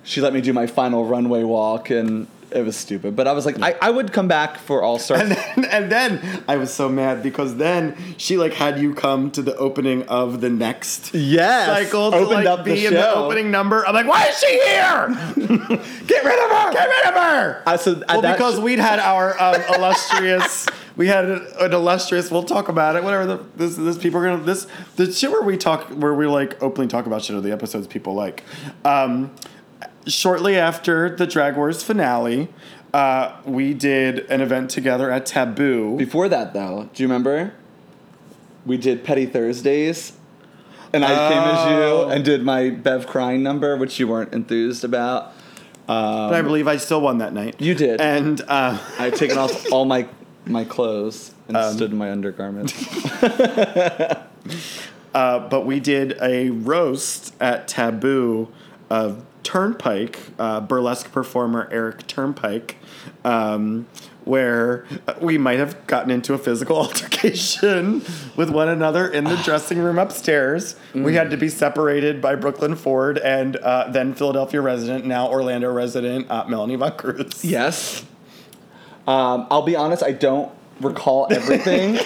Speaker 2: she let me do my final runway walk, and it was stupid, but I was like, I, I would come back for All
Speaker 1: [laughs]
Speaker 2: Stars.
Speaker 1: And then, [laughs] and then I was so mad because then she like had you come to the opening of the next
Speaker 2: Yes,
Speaker 1: cycle to like be in the opening number. I'm like, why is she here?
Speaker 2: [laughs]
Speaker 1: Get rid of her! Get rid of her!
Speaker 2: I said-
Speaker 1: well,
Speaker 2: that-
Speaker 1: because we'd had our um, illustrious. [laughs] We had an, an illustrious. We'll talk about it. Whatever the, this this people are gonna this the shit where we talk where we like openly talk about shit are the episodes people like. Um, shortly after the Drag Wars finale, uh, we did an event together at Taboo.
Speaker 2: Before that, though, do you remember? We did Petty Thursdays, and I came as
Speaker 1: Oh.
Speaker 2: you and did my Bev crying number, which you weren't enthused about.
Speaker 1: but I believe I still won that night.
Speaker 2: You did.
Speaker 1: And uh,
Speaker 2: I'd taken off all my my clothes. and stood in my undergarments.
Speaker 1: Uh, but we did a roast at Taboo of Turnpike, uh, burlesque performer Eric Turnpike, um, where we might have gotten into a physical [laughs] altercation with one another in
Speaker 2: [sighs]
Speaker 1: the dressing room upstairs. We had to be separated by Brooklyn Ford and uh, then Philadelphia resident, now Orlando resident, uh, Melanie Von Cruz.
Speaker 2: [laughs] yes. Um, I'll be honest. I don't recall [laughs] everything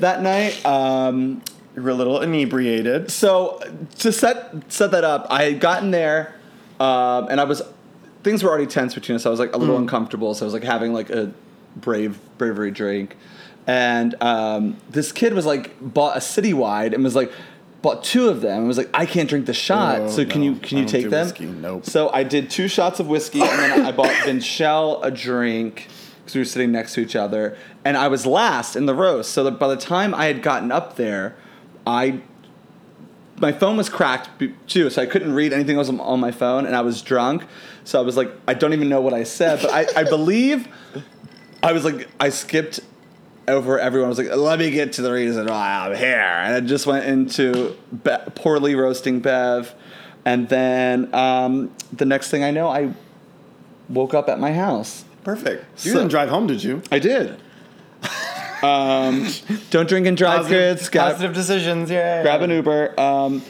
Speaker 2: that night. Um,
Speaker 1: You were a little inebriated.
Speaker 2: so to set set that up, I had gotten there, um, and I was things were already tense between us. I was like a little
Speaker 1: Mm.
Speaker 2: uncomfortable, so I was like having like a brave bravery drink, and um, this kid was like bought a citywide and was like bought two of them and was like I can't drink the shot,
Speaker 1: Oh,
Speaker 2: so can
Speaker 1: no.
Speaker 2: you can
Speaker 1: I
Speaker 2: you
Speaker 1: don't
Speaker 2: take
Speaker 1: do
Speaker 2: them?
Speaker 1: whiskey, nope.
Speaker 2: So I did two shots of whiskey and then
Speaker 1: [laughs]
Speaker 2: I bought Vinchelle a drink because we were sitting next to each other. And I was last in the roast. So that by the time I had gotten up there, I my phone was cracked b- too, so I couldn't read anything else on- on my phone, and I was drunk. So I was like, I don't even know what I said, but I, I believe I was like, I skipped over everyone. I was like, let me get to the reason why I'm here. And I just went into be- poorly roasting Bev. And then um, the next thing I know, I woke up at my house.
Speaker 1: Perfect. You
Speaker 2: So-
Speaker 1: didn't drive home, did you?
Speaker 2: I did. um, don't drink and drive, kids. Got-
Speaker 1: positive decisions, yeah.
Speaker 2: grab an Uber. Um,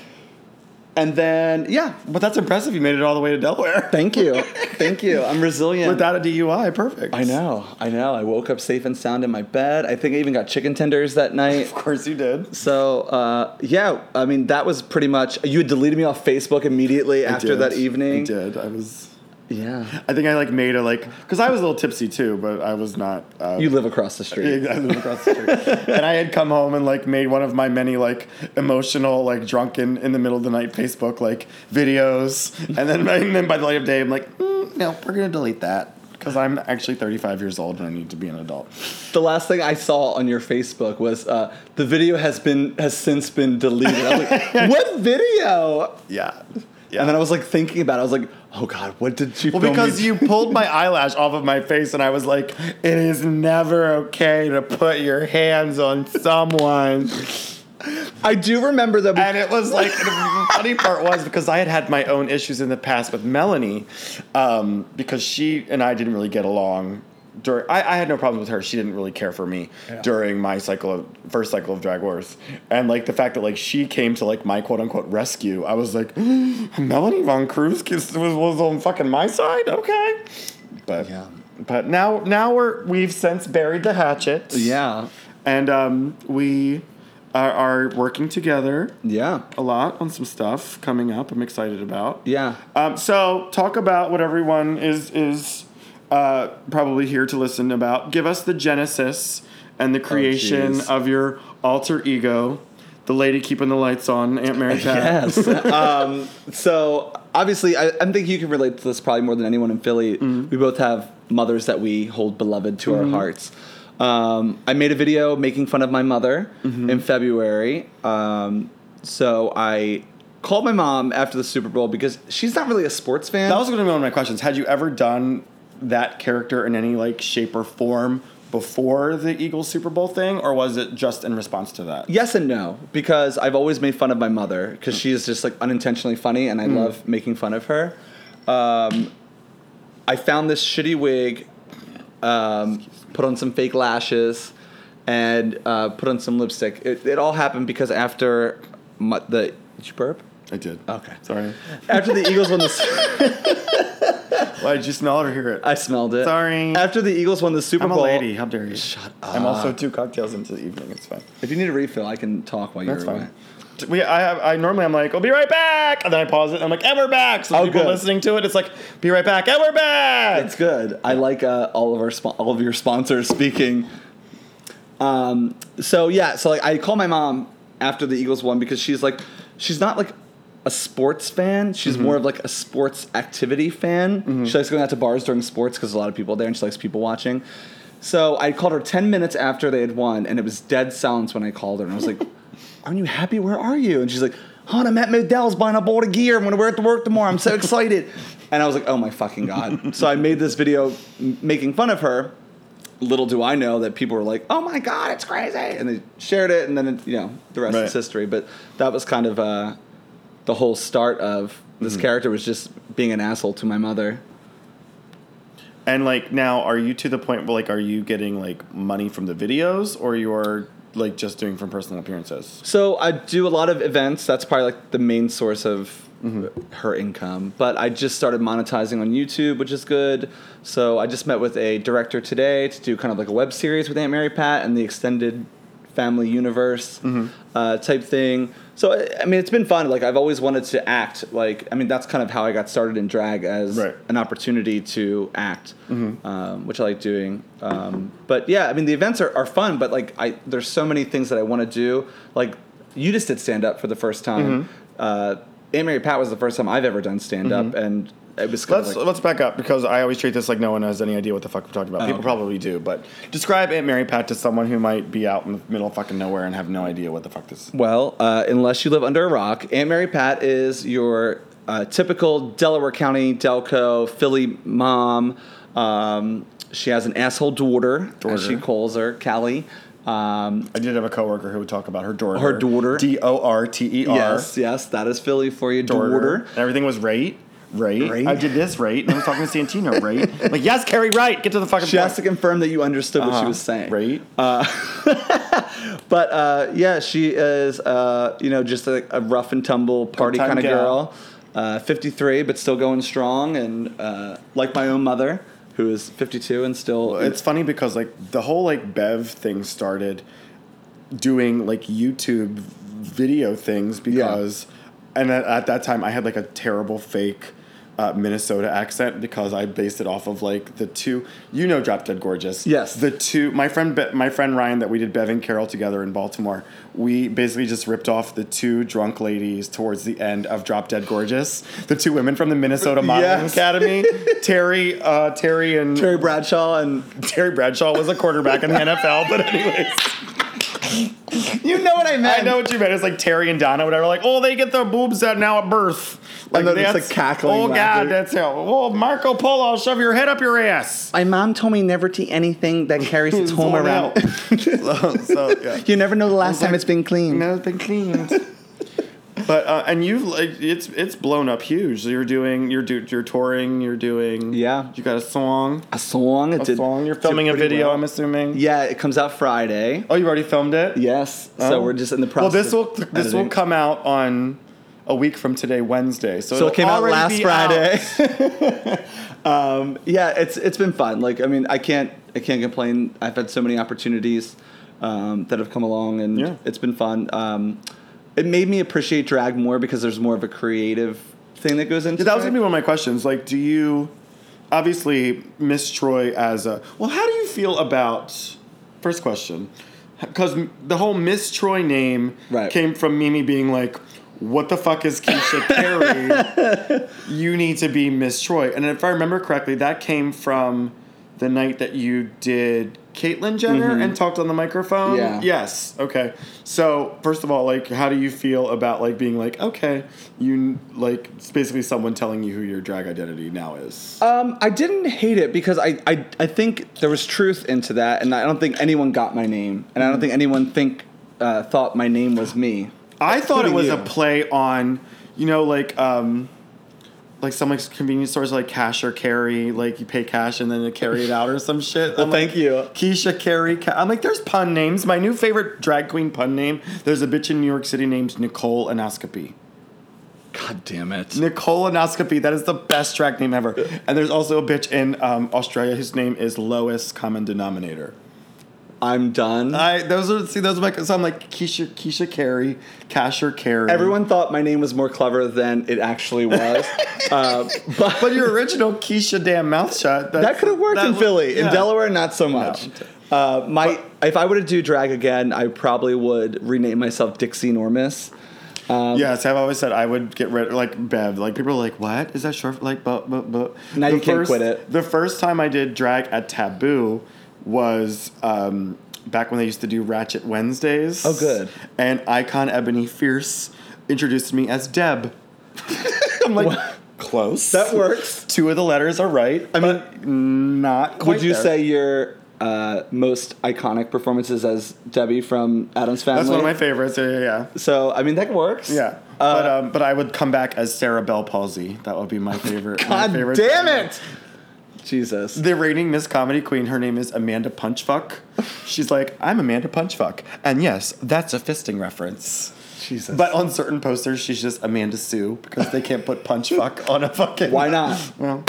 Speaker 2: and then, yeah,
Speaker 1: But that's impressive. You made it all the way to Delaware [laughs]
Speaker 2: Thank you. Thank you. I'm resilient.
Speaker 1: without a DUI. Perfect.
Speaker 2: I know. I know. I woke up safe and sound in my bed. I think I even got chicken tenders that night.
Speaker 1: Of course you did.
Speaker 2: So, uh, yeah, I mean, that was pretty much. You had deleted me off Facebook immediately after
Speaker 1: did.
Speaker 2: that evening.
Speaker 1: I did. I was.
Speaker 2: Yeah.
Speaker 1: I think I like made a like because I was a little tipsy too, but I was not. Uh,
Speaker 2: You live across the
Speaker 1: I
Speaker 2: street.
Speaker 1: lived across the street, and I had come home and like made one of my many like emotional, like drunken in the middle of the night Facebook like videos, and then and then by the light of day, I'm like, mm, no, we're gonna delete that because I'm actually 35 years old and I need to be an adult.
Speaker 2: [laughs] The last thing I saw on your Facebook was uh, the video has been has since been deleted. I was
Speaker 1: [laughs]
Speaker 2: like, what video?
Speaker 1: Yeah, yeah.
Speaker 2: And then I was like thinking about it. I was like, oh God, what did you?
Speaker 1: Well,
Speaker 2: film
Speaker 1: because
Speaker 2: me
Speaker 1: you pulled my eyelash off of my face, and I was like, "It is never okay to put your hands on someone."
Speaker 2: I do remember them.
Speaker 1: And it was like the funny part was because I had had my own issues in the past with Melanie, um, because she and I didn't really get along. During I, I had no problems with her. She didn't really care for me during my cycle of first cycle of Drag Wars, and like the fact that like she came to like my quote unquote rescue. I was like, [gasps] Melanie Von Cruz was, was on fucking my side. Okay, but
Speaker 2: Yeah.
Speaker 1: but now now we're we've since buried the hatchet.
Speaker 2: yeah.
Speaker 1: and um, we are, are working together
Speaker 2: Yeah.
Speaker 1: a lot on some stuff coming up. I'm excited about.
Speaker 2: Yeah.
Speaker 1: Um, so talk about what everyone is is uh, probably here to listen about. Give us the genesis and the creation
Speaker 2: Oh, jeez.
Speaker 1: of your alter ego, the lady keeping the lights on, Aunt
Speaker 2: [laughs]
Speaker 1: Mary Pat.
Speaker 2: Yes. um, so obviously, I, I think you can relate to this probably more than anyone in Philly. We both have mothers that we hold beloved to our hearts. Um, I made a video making fun of my mother in February. Um, so I called my mom after the Super Bowl because she's not really a sports fan.
Speaker 1: That was going to be one of my questions. Had you ever done that character in any like shape or form? Before the Eagles Super Bowl thing, or was it just in response to that?
Speaker 2: Yes and no, because I've always made fun of my mother because she is just like unintentionally funny, and I
Speaker 1: Mm.
Speaker 2: love making fun of her. Um, I found this shitty wig, um, put on some fake lashes, and uh, put on some lipstick. It, it all happened because after my, the did you burp?
Speaker 1: I did.
Speaker 2: Okay.
Speaker 1: Sorry.
Speaker 2: After the Eagles won the, Su- [laughs]
Speaker 1: Why did you smell it or hear it?
Speaker 2: I smelled it.
Speaker 1: Sorry.
Speaker 2: After the Eagles won the Super
Speaker 1: I'm a
Speaker 2: Bowl,
Speaker 1: lady. How dare you?
Speaker 2: Shut
Speaker 1: I'm also two cocktails into the evening. It's fine.
Speaker 2: if you need a refill, I can talk while
Speaker 1: That's
Speaker 2: you're away.
Speaker 1: fine. We, I, I normally I'm like, we'll be right back, and then I pause it, and I'm like, and we're back. So
Speaker 2: Oh,
Speaker 1: people
Speaker 2: good.
Speaker 1: listening to it, it's like, be right back, and we're back.
Speaker 2: It's good. I like uh, all of our spo- all of your sponsors speaking. Um, so yeah, so like I call my mom after the Eagles won because she's like, she's not like a sports fan. She's more of like a sports activity fan. She likes going out to bars during sports because a lot of people there, and she likes people watching. So I called her ten minutes after they had won, and it was dead silence when I called her, and I was like, "Aren't you happy? Where are you?" And she's like, "Hon, I'm at Modell's buying a bolt of gear. I'm gonna wear it to work tomorrow. I'm so excited." and I was like, "Oh my fucking god!" so I made this video m- making fun of her little do I know that people were like, "Oh my god, it's crazy," and they shared it, and then it, you know the rest
Speaker 1: Right.
Speaker 2: is history. But that was kind of uh, the whole start of this character was just being an asshole to my mother.
Speaker 1: And like now, are you to the point where like are you getting like money from the videos or you're like just doing from personal appearances?
Speaker 2: So I do a lot of events. That's probably like the main source of her income. But I just started monetizing on YouTube, which is good. So I just met with a director today to do kind of like a web series with Aunt Mary Pat and the extended family universe uh, type thing. So I- I mean, it's been fun. Like I've always wanted to act. Like I mean, that's kind of how I got started in drag as
Speaker 1: Right.
Speaker 2: an opportunity to act,
Speaker 1: Mm-hmm.
Speaker 2: um, which I like doing. Um, but yeah, I mean, the events are, are fun, but like, I there's so many things that I want to do. Like, you just did stand up for the first time.
Speaker 1: Mm-hmm.
Speaker 2: Uh, Aunt Mary Pat was the first time I've ever done stand up, and it was
Speaker 1: Mm-hmm.
Speaker 2: kind
Speaker 1: Let's
Speaker 2: of like,
Speaker 1: let's back up because I always treat this like no one has any idea what the fuck we're talking about. People
Speaker 2: okay.
Speaker 1: probably do, but describe Aunt Mary Pat to someone who might be out in the middle of fucking nowhere and have no idea what the fuck this is.
Speaker 2: well, uh, unless you live under a rock, Aunt Mary Pat is your uh, typical Delaware County Delco Philly mom. Um, she has an asshole daughter, as she
Speaker 1: Daughter.
Speaker 2: calls her, Callie. Um,
Speaker 1: I did have a coworker who would talk about her daughter.
Speaker 2: Her daughter.
Speaker 1: D O R T E R.
Speaker 2: Yes, yes, that is Philly for you, daughter.
Speaker 1: Daughter. And Everything was right. Right.
Speaker 2: Right.
Speaker 1: I did this right. And I was talking to Santino right. Like, yes, Carrie, right. Get to the fucking
Speaker 2: She has to
Speaker 1: point.
Speaker 2: confirm that you understood what
Speaker 1: Uh-huh.
Speaker 2: she was saying.
Speaker 1: Right.
Speaker 2: But uh, yeah, she is, uh, you know, just a, a rough and tumble party
Speaker 1: Good-time
Speaker 2: kind of
Speaker 1: gal.
Speaker 2: girl. Uh, 53, but still going strong, and uh, like my own mother, who is 52 and still.
Speaker 1: It's funny because like the whole like Bev thing started doing like YouTube video things because, and at, at that time I had like a terrible fake uh, Minnesota accent because I based it off of like the two you know Drop Dead Gorgeous
Speaker 2: Yes.
Speaker 1: the two my friend Be- my friend Ryan that we did Bev and Carol together in Baltimore we basically just ripped off the two drunk ladies towards the end of Drop Dead Gorgeous the two women from the Minnesota Modeling
Speaker 2: Yes. [laughs]
Speaker 1: Academy Terry uh, Terry and
Speaker 2: Terry Bradshaw and. [laughs]
Speaker 1: Terry Bradshaw was a quarterback in the NFL, but anyways,
Speaker 2: You know what I meant!
Speaker 1: I know what you meant. It's like Terry and Donna, whatever. Like, oh, they get their boobs out now at birth.
Speaker 2: And then it's
Speaker 1: that's-
Speaker 2: a cackling
Speaker 1: Oh
Speaker 2: laughter.
Speaker 1: God, that's how. Oh, Marco Polo, I'll shove your head up your ass.
Speaker 2: My mom told me never to eat anything that carries
Speaker 1: [laughs]
Speaker 2: its home
Speaker 1: Zone
Speaker 2: around.
Speaker 1: out. so, so, yeah.
Speaker 2: [laughs] You never know the last time it's been cleaned.
Speaker 1: Now it's been cleaned. but uh, and you've like it's it's blown up huge. You're doing you're do, you're touring. You're doing
Speaker 2: Yeah.
Speaker 1: You got a song.
Speaker 2: A song. It
Speaker 1: A
Speaker 2: did,
Speaker 1: song. You're
Speaker 2: did
Speaker 1: filming a
Speaker 2: pretty
Speaker 1: video.
Speaker 2: well.
Speaker 1: I'm assuming.
Speaker 2: Yeah, it comes out Friday.
Speaker 1: Oh, you already filmed it.
Speaker 2: Yes. So
Speaker 1: Um,
Speaker 2: we're just in the process.
Speaker 1: Well, this will
Speaker 2: of
Speaker 1: this will
Speaker 2: editing.
Speaker 1: come out on a week from today, Wednesday. So,
Speaker 2: So
Speaker 1: it'll
Speaker 2: it came out
Speaker 1: already
Speaker 2: last
Speaker 1: be
Speaker 2: Friday.
Speaker 1: out.
Speaker 2: [laughs] um, yeah, it's it's been fun. Like I mean, I can't I can't complain. I've had so many opportunities um, that have come along, and
Speaker 1: Yeah.
Speaker 2: it's been fun. Um, it made me appreciate drag more because there's more of a creative thing that goes into.
Speaker 1: Yeah, that was
Speaker 2: drag.
Speaker 1: gonna be one of my questions. Like, do you obviously Miss Troy as a well? How do you feel about first question? Because the whole Miss Troy name
Speaker 2: Right.
Speaker 1: came from Mimi being like, "What the fuck is Keisha
Speaker 2: [laughs]
Speaker 1: Carey? you need to be Miss Troy." And if I remember correctly, that came from the night that you did Caitlyn Jenner and talked on the microphone.
Speaker 2: Mm-hmm. Yeah.
Speaker 1: Yes. Okay. So first of all, like, how do you feel about like being like, okay, you like it's basically someone telling you who your drag identity now is?
Speaker 2: Um, I didn't hate it because I, I I think there was truth into that, and I don't think anyone got my name, and I
Speaker 1: Mm-hmm.
Speaker 2: don't think anyone think uh, thought my name was me.
Speaker 1: I thought it
Speaker 2: including
Speaker 1: was a
Speaker 2: you.
Speaker 1: play on, you know, like um, like some like convenience stores like cash or carry, like you pay cash and then they carry it out or some shit.
Speaker 2: Well,
Speaker 1: I'm like,
Speaker 2: thank you.
Speaker 1: Keisha Carey. Ca-. I'm like, there's pun names. My new favorite drag queen pun name. There's a bitch in New York City named Nicole Anoscopy.
Speaker 2: God damn it!
Speaker 1: Nicole Anoscopy. That is the best drag name ever. And there's also a bitch in um, Australia whose name is lowest common denominator.
Speaker 2: I'm done.
Speaker 1: I those are see those are my so I'm like Keisha Keisha Carey, Cash or Carey.
Speaker 2: Everyone thought my name was more clever than it actually
Speaker 1: [laughs]
Speaker 2: was. uh, but
Speaker 1: But your original Keisha damn mouth shot.
Speaker 2: that could have worked in Philly. In Delaware, not so much. Uh, my if I were to do drag again, I probably would rename myself Dixie Normus.
Speaker 1: yes, I've always said I would get rid like Bev. Like people are like, what is that short? for- Like, but but but.
Speaker 2: Now
Speaker 1: the
Speaker 2: you can't
Speaker 1: first-
Speaker 2: quit it.
Speaker 1: The first time I did drag at Taboo was um, back when they used to do Ratchet Wednesdays.
Speaker 2: Oh, good.
Speaker 1: And icon Ebony Fierce introduced me as Deb. [laughs] I'm like. Close. [laughs]
Speaker 2: That works.
Speaker 1: Two of the letters are right. I mean, not quite.
Speaker 2: would you
Speaker 1: there.
Speaker 2: say you're uh, most iconic performances as Debbie from Adam's Family.
Speaker 1: That's one of my favorites. Yeah, yeah, yeah.
Speaker 2: so I mean that works. Uh,
Speaker 1: Yeah. but um, but I would come back as Sarah Bell Palsy. That would be my favorite. my
Speaker 2: God
Speaker 1: favorite
Speaker 2: damn it! Jesus.
Speaker 1: The reigning Miss Comedy Queen. Her name is Amanda Punchfuck. She's like, I'm Amanda Punchfuck, and yes, that's a fisting reference.
Speaker 2: Jesus.
Speaker 1: But on certain posters, she's just Amanda Sue because they can't put Punchfuck on a fucking.
Speaker 2: Why not?
Speaker 1: Well,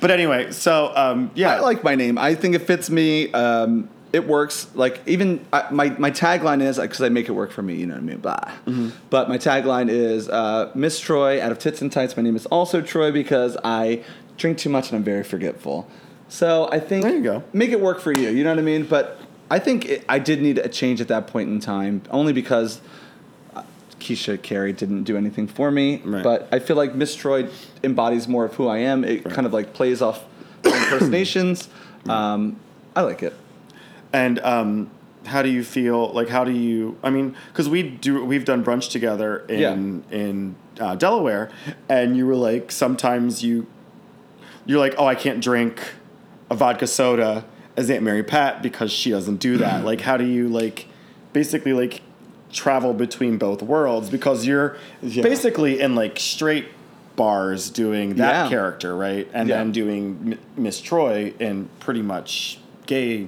Speaker 1: but anyway, so um, yeah,
Speaker 2: I like my name. I think it fits me. Um, it works. Like even I, my my tagline is because I make it work for me. You know what I mean? Blah.
Speaker 1: Mm-hmm.
Speaker 2: But my tagline is uh, Miss Troy out of Tits and Tights. My name is also Troy because I drink too much and I'm very forgetful. So I think
Speaker 1: There you go.
Speaker 2: make it work for you. You know what I mean? But I think it, I did need a change at that point in time, only because uh, Keisha Carey didn't do anything for me.
Speaker 1: Right.
Speaker 2: But I feel like Miss Troy embodies more of who I am. It kind of like plays off [clears throat] my impersonations. Um, I like it.
Speaker 1: And um, how do you feel? Like, how do you? I mean, because we do, we've done brunch together in in uh, Delaware, and you were like, sometimes you, you're like, oh, I can't drink a vodka soda as Aunt Mary Pat because she doesn't do
Speaker 2: [clears throat]
Speaker 1: that. like, how do you like, basically like, travel between both worlds because you're basically in like straight bars doing that
Speaker 2: Yeah.
Speaker 1: character right and
Speaker 2: Yeah.
Speaker 1: then doing M- miss troy in pretty much gay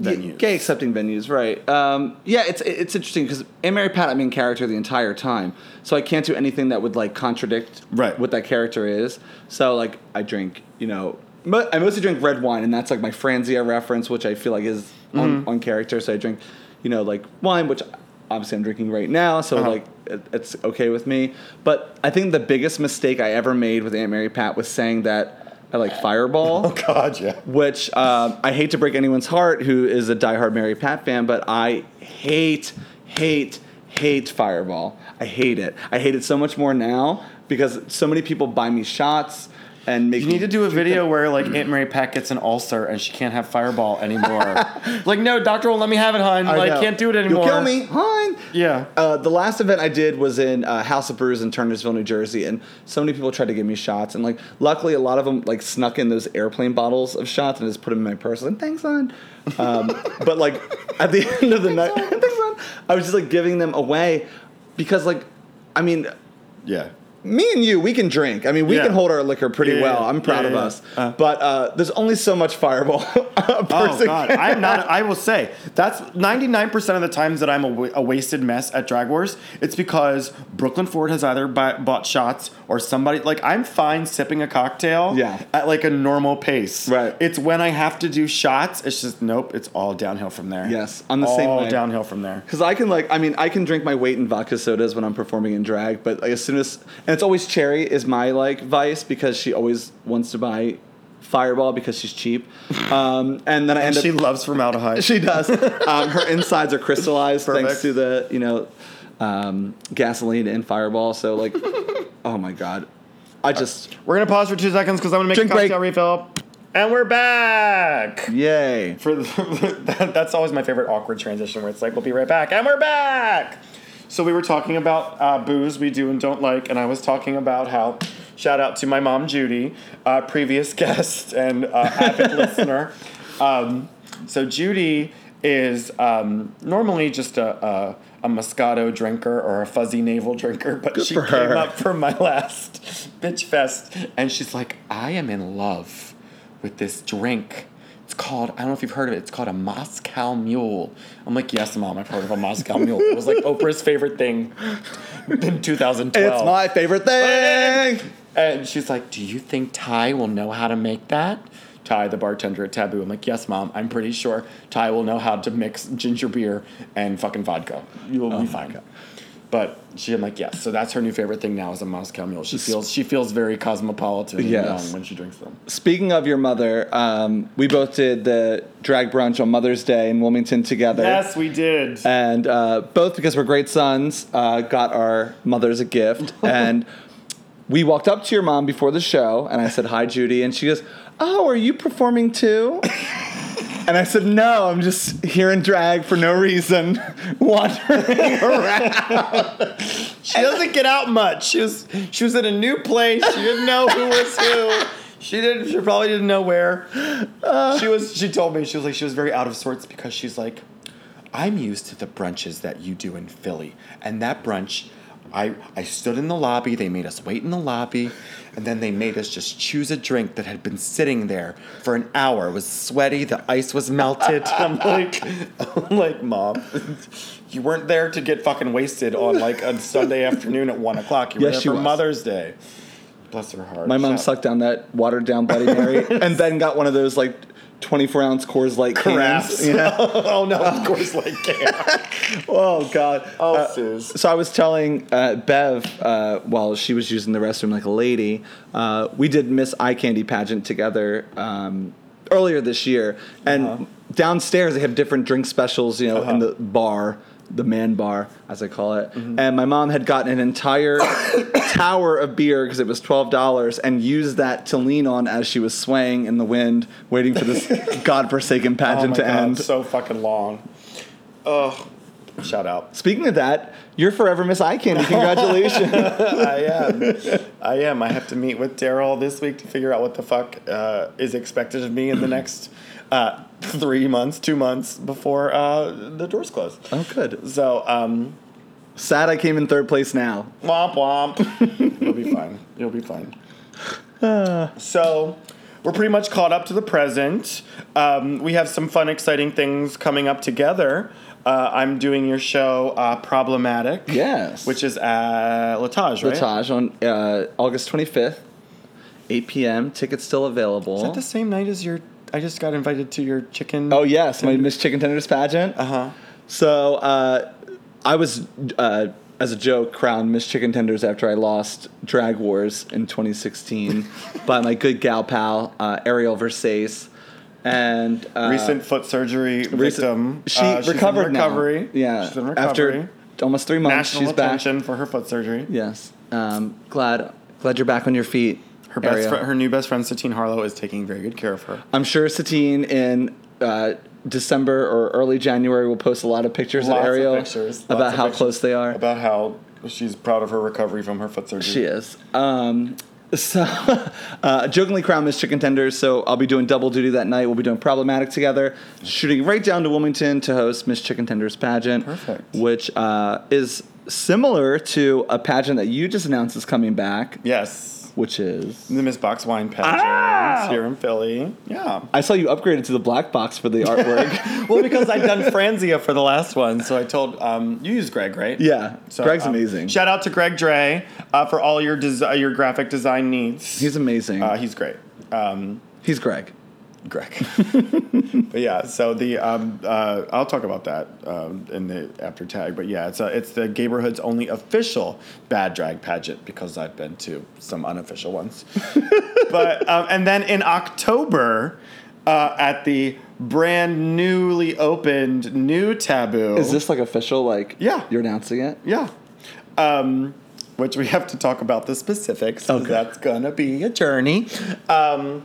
Speaker 1: venues.
Speaker 2: Gay accepting venues, right? Um, yeah, it's it's interesting because Anne Mary Pat I'm in character the entire time, so I can't do anything that would like contradict
Speaker 1: Right.
Speaker 2: what that character is. So like I drink, you know, mo- I mostly drink red wine, and that's like my Franzia reference, which I feel like is
Speaker 1: Mm-hmm.
Speaker 2: on, on character. So I drink, you know, like wine, which obviously I'm drinking right now.
Speaker 1: Uh-huh.
Speaker 2: So like it, it's okay with me. But I think the biggest mistake I ever made with Aunt Mary Pat was saying that I like
Speaker 1: [laughs]
Speaker 2: Fireball
Speaker 1: Oh God, yeah.
Speaker 2: which um, I hate to break anyone's heart who is a diehard Mary Pat fan, but I hate, hate, hate Fireball. I hate it. I hate it so much more now because so many people buy me shots and make
Speaker 1: You
Speaker 2: me
Speaker 1: need to do a video where like Aunt Mary Pat gets an ulcer and she can't have Fireball anymore.
Speaker 2: [laughs]
Speaker 1: like, no, doctor won't let me have it, hon. I like,
Speaker 2: know.
Speaker 1: can't do it anymore.
Speaker 2: You'll kill me, hon.
Speaker 1: Yeah.
Speaker 2: Uh, the last event I did was in uh, House of Brews in Turnersville, New Jersey, and so many people tried to give me shots, and like luckily a lot of them like snuck in those airplane bottles of shots and just put them in my purse. And thanks, hon. Um, [laughs] but like at the [laughs] end of the night, thanks, hon. I was just like giving them away because like, I mean,
Speaker 1: Yeah.
Speaker 2: me and you, we can drink. I mean, we
Speaker 1: Yeah.
Speaker 2: can hold our liquor pretty
Speaker 1: Yeah,
Speaker 2: well.
Speaker 1: yeah,
Speaker 2: I'm proud
Speaker 1: yeah,
Speaker 2: of
Speaker 1: yeah.
Speaker 2: us.
Speaker 1: Uh.
Speaker 2: but uh, there's only so much fireball. [laughs] a
Speaker 1: Oh
Speaker 2: person
Speaker 1: God,
Speaker 2: can
Speaker 1: I'm not. I will say that's 99 percent of the times that I'm a, wa- a wasted mess at Drag Wars. It's because Brooklyn Ford has either buy, bought shots or somebody like I'm fine sipping a cocktail.
Speaker 2: Yeah.
Speaker 1: At like a normal pace.
Speaker 2: Right.
Speaker 1: It's when I have to do shots. It's just nope. It's all downhill from there.
Speaker 2: Yes, I'm the same
Speaker 1: All
Speaker 2: way.
Speaker 1: downhill from there.
Speaker 2: Because I can like, I mean, I can drink my weight in vodka sodas when I'm performing in drag, but like, as soon as and it's always Cherry is my like vice because she always wants to buy Fireball because she's [laughs] cheap, um, and then I end
Speaker 1: And
Speaker 2: up
Speaker 1: she loves formaldehyde.
Speaker 2: [laughs] she does. Um, her insides are crystallized thanks
Speaker 1: Perfect.
Speaker 2: to the you know um, gasoline and Fireball. So [laughs] like, oh my god, I just
Speaker 1: We're gonna pause for two seconds because I'm gonna make
Speaker 2: Drink
Speaker 1: a cocktail
Speaker 2: break.
Speaker 1: refill. And we're back.
Speaker 2: yay.
Speaker 1: For the, [laughs] that, that's always my favorite awkward transition where it's like, we'll be right back, and we're back. So we were talking about uh, booze we do and don't like, and I was talking about how. Shout out to my mom Judy, uh, previous [laughs] guest and uh, avid listener. Um, so Judy is um, normally just a, a, a Moscato drinker or a fuzzy navel drinker, but she
Speaker 2: for her.
Speaker 1: came up from my last bitch fest and she's like, I am in love with this drink. It's called, I don't know if you've heard of it, it's called a Moscow Mule. I'm like, yes, mom, I've heard of a Moscow Mule. It was
Speaker 2: [laughs]
Speaker 1: like Oprah's favorite thing in 2012.
Speaker 2: It's my favorite thing.
Speaker 1: And she's like, Do you think Ty will know how to make that? Ty, the bartender at Taboo. I'm like, Yes, mom, I'm pretty sure Ty will know how to mix ginger beer and fucking vodka. You
Speaker 2: Oh,
Speaker 1: will be fine. But she, I'm like, yes. So that's her new favorite thing now is a Moscow Mule. She feels she feels very cosmopolitan and
Speaker 2: Yes.
Speaker 1: young when she drinks them.
Speaker 2: Speaking of your mother, um, we both did the drag brunch on Mother's Day in Wilmington together.
Speaker 1: Yes, we did.
Speaker 2: and uh, both because we're great sons uh, got our mothers a [laughs] gift and we walked up to your mom before the show and i said hi judy and she goes oh are you performing [laughs] too and i said no i'm just here in drag for no reason [laughs] wandering [laughs] [laughs]
Speaker 1: She doesn't get out much. She was she was in a new place. She didn't know who was who. She didn't. She probably didn't know where. she was. She told me she was like she was very out of sorts because she's like, I'm used to the brunches that you do in Philly, and that brunch. I, I stood in the lobby, they made us wait in the lobby, and then they made us just choose a drink that had been sitting there for an hour. It was sweaty, the ice was melted. [laughs] I'm like, I'm like, Mom, you weren't there to get fucking wasted on like a Sunday afternoon at one o'clock. You were
Speaker 2: Yes,
Speaker 1: there
Speaker 2: she
Speaker 1: for
Speaker 2: was.
Speaker 1: Mother's Day. Bless her heart.
Speaker 2: My mom
Speaker 1: Shout-
Speaker 2: sucked down that watered down Bloody [laughs] Mary and then got one of those like 24 ounce Coors Light
Speaker 1: Crafts.
Speaker 2: cans. Yeah.
Speaker 1: [laughs] oh no, of course, like
Speaker 2: [laughs]
Speaker 1: yeah.
Speaker 2: oh God.
Speaker 1: Oh,
Speaker 2: Uh,
Speaker 1: Suze.
Speaker 2: so I was telling uh, Bev uh, while she was using the restroom like a lady, uh, we did Miss Eye Candy pageant together um, earlier this year, and
Speaker 1: Uh-huh.
Speaker 2: downstairs they have different drink specials, you know, in the bar. The man bar, as I call it,
Speaker 1: Mm-hmm.
Speaker 2: and my mom had gotten an entire
Speaker 1: [coughs]
Speaker 2: tower of beer because it was twelve dollars, and used that to lean on as she was swaying in the wind, waiting for
Speaker 1: [laughs]
Speaker 2: this godforsaken
Speaker 1: Oh
Speaker 2: pageant
Speaker 1: my
Speaker 2: to
Speaker 1: God,
Speaker 2: end.
Speaker 1: so fucking long. Oh, shout
Speaker 2: [laughs]
Speaker 1: out.
Speaker 2: Speaking of that, you're forever Miss Eye Candy.
Speaker 1: [laughs]
Speaker 2: Congratulations!
Speaker 1: I am. I am. I have to meet with Daryl this week to figure out what the fuck uh, is expected of me in the next uh, three months, two months before uh, the doors close.
Speaker 2: oh, good.
Speaker 1: So, um,
Speaker 2: Sad I came in third place now.
Speaker 1: womp
Speaker 2: [laughs]
Speaker 1: womp. You'll be fine. You'll be fine. [sighs] So, we're pretty much caught up to the present. Um, we have some fun, exciting things coming up together. Uh, I'm doing your show, uh, Problematic.
Speaker 2: Yes.
Speaker 1: Which is at Latage, right?
Speaker 2: the Taj on uh, August 25th, 8 p.m. Tickets still available.
Speaker 1: Is that the same night as your? I just got invited to your chicken.
Speaker 2: oh yes, my Miss Chicken Tenders pageant.
Speaker 1: Uh huh.
Speaker 2: So uh, I was, uh, as a joke, crowned Miss Chicken Tenders after I lost Drag Wars
Speaker 1: [laughs]
Speaker 2: in 2016 by my good gal pal uh, Ariel Versace, and uh,
Speaker 1: Recent foot surgery
Speaker 2: recent-
Speaker 1: victim.
Speaker 2: She
Speaker 1: Uh, she's in
Speaker 2: recovered now.
Speaker 1: recovery.
Speaker 2: Yeah,
Speaker 1: She's in recovery.
Speaker 2: after almost three months,
Speaker 1: National
Speaker 2: she's back.
Speaker 1: attention for her foot surgery.
Speaker 2: Yes. Um, glad glad you're back on your feet.
Speaker 1: Her best,
Speaker 2: Ariel.
Speaker 1: fri her new best friend Satine Harlow is taking very good care of her.
Speaker 2: I'm sure Satine in uh, December or early January will post a lot of pictures
Speaker 1: Lots
Speaker 2: of
Speaker 1: of
Speaker 2: Ariel
Speaker 1: pictures, lots
Speaker 2: about
Speaker 1: of
Speaker 2: how
Speaker 1: pictures.
Speaker 2: close they are.
Speaker 1: About how she's proud of her recovery from her foot surgery.
Speaker 2: She is. Um, so, [laughs] uh, jokingly crowned Miss Chicken Tenders. So I'll be doing double duty that night. We'll be doing problematic together, shooting right down to Wilmington to host Miss Chicken Tenders pageant.
Speaker 1: Perfect.
Speaker 2: Which uh, is similar to a pageant that you just announced is coming back,
Speaker 1: Yes.
Speaker 2: which is.
Speaker 1: The Miss Box Wine pageant here in Philly. Yeah.
Speaker 2: I saw you upgraded to the black box for [laughs] the artwork.
Speaker 1: well, because I've done Franzia for the last one, so I told um, you use Greg, right?
Speaker 2: yeah,
Speaker 1: So,
Speaker 2: Greg's
Speaker 1: um,
Speaker 2: amazing.
Speaker 1: Shout out to Greg Dre uh, for all your desi- your graphic design needs.
Speaker 2: He's amazing.
Speaker 1: uh, he's great. Um,
Speaker 2: He's Greg.
Speaker 1: Greg. [laughs] but yeah, so the um, uh, I'll talk about that um, in the after tag. But yeah, it's uh it's the neighborhood's only official bad drag pageant because I've been to some unofficial ones. [laughs] but um, and then in October, uh, at the brand newly opened new taboo.
Speaker 2: Is this like official? Like,
Speaker 1: Yeah.
Speaker 2: you're announcing it.
Speaker 1: Yeah. Um, which we have to talk about the specifics. 'cause
Speaker 2: Okay.
Speaker 1: That's going to be a journey. Um,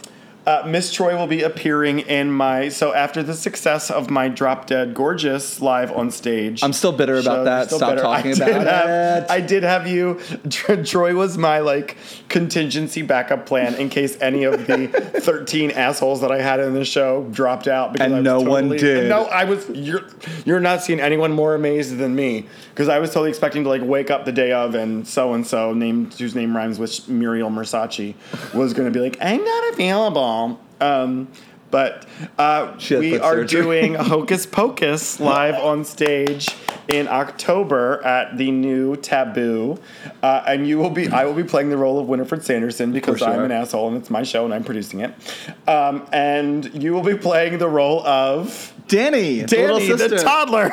Speaker 1: uh, Miss Troy will be appearing in my. So after the success of my Drop Dead Gorgeous live on stage.
Speaker 2: I'm still bitter about
Speaker 1: show,
Speaker 2: that.
Speaker 1: you're still
Speaker 2: Stop
Speaker 1: bitter. [laughs]
Speaker 2: talking
Speaker 1: I did
Speaker 2: about
Speaker 1: have,
Speaker 2: it.
Speaker 1: I did have you. Tr- Troy was my like contingency backup plan in case any of
Speaker 2: [laughs]
Speaker 1: the 13 assholes that I had in the show dropped out. Because
Speaker 2: And
Speaker 1: I was
Speaker 2: no one
Speaker 1: totally-
Speaker 2: did.
Speaker 1: No, I was you're you're not seeing anyone more amazed than me because I was totally expecting to like wake up the day of and so and so named whose name rhymes with Muriel Mersace was going to be like I'm not available. Um, but uh,
Speaker 2: She had
Speaker 1: we
Speaker 2: foot
Speaker 1: are
Speaker 2: surgery.
Speaker 1: doing Hocus Pocus live on stage in October at the new Taboo, uh, and you will be I will be playing the role of Winifred Sanderson because
Speaker 2: course you
Speaker 1: I'm
Speaker 2: are.
Speaker 1: an asshole and it's my show and I'm producing it, um, and you will be playing the role of.
Speaker 2: Danny, the little
Speaker 1: Danny, the,
Speaker 2: sister. [laughs]
Speaker 1: toddler.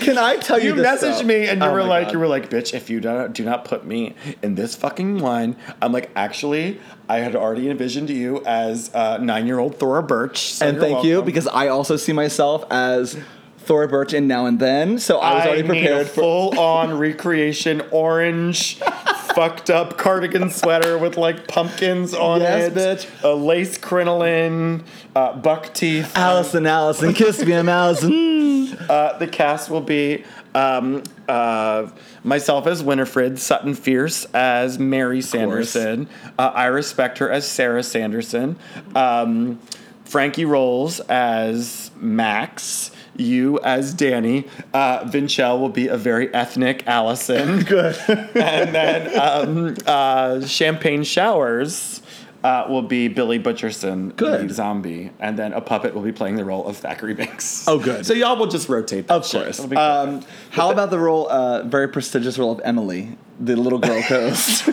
Speaker 2: Can I tell you?
Speaker 1: you
Speaker 2: this,
Speaker 1: messaged
Speaker 2: though?
Speaker 1: me and you
Speaker 2: Oh
Speaker 1: were
Speaker 2: my
Speaker 1: like,
Speaker 2: God.
Speaker 1: you were like, bitch, if you do not, do not put me in this fucking line, I'm like, actually, I had already envisioned you as uh, nine year old Thora Birch. so
Speaker 2: and
Speaker 1: you're
Speaker 2: thank you
Speaker 1: welcome.
Speaker 2: because I also see myself as Thora Birch in Now and Then. So I was already
Speaker 1: need a
Speaker 2: prepared for.
Speaker 1: full on recreation orange.
Speaker 2: [laughs]
Speaker 1: Fucked up cardigan sweater with like pumpkins on
Speaker 2: Yes,
Speaker 1: it,
Speaker 2: bitch.
Speaker 1: a lace crinoline, uh, buck teeth.
Speaker 2: Allison, Allison, kiss me, I'm Allison.
Speaker 1: Uh, the cast will be uh, um, uh, myself as Winifred, Sutton Fierce as Mary
Speaker 2: course.
Speaker 1: Sanderson, uh, I respect her as Sarah Sanderson, um, Frankie Rolls as Max. You as Danny, uh, Vincel will be a very ethnic
Speaker 2: [laughs]
Speaker 1: Allison. Good. and then um, uh, Champagne Showers uh, will be Billy Butcherson,
Speaker 2: Good.
Speaker 1: the zombie, and then a puppet will be playing the role of Thackeray Banks.
Speaker 2: Oh, good.
Speaker 1: So y'all will just rotate. That
Speaker 2: Of
Speaker 1: shit.
Speaker 2: course.
Speaker 1: It'll be
Speaker 2: Um,
Speaker 1: perfect.
Speaker 2: how about the role, uh, very prestigious role of Emily, the little [laughs] girl ghost?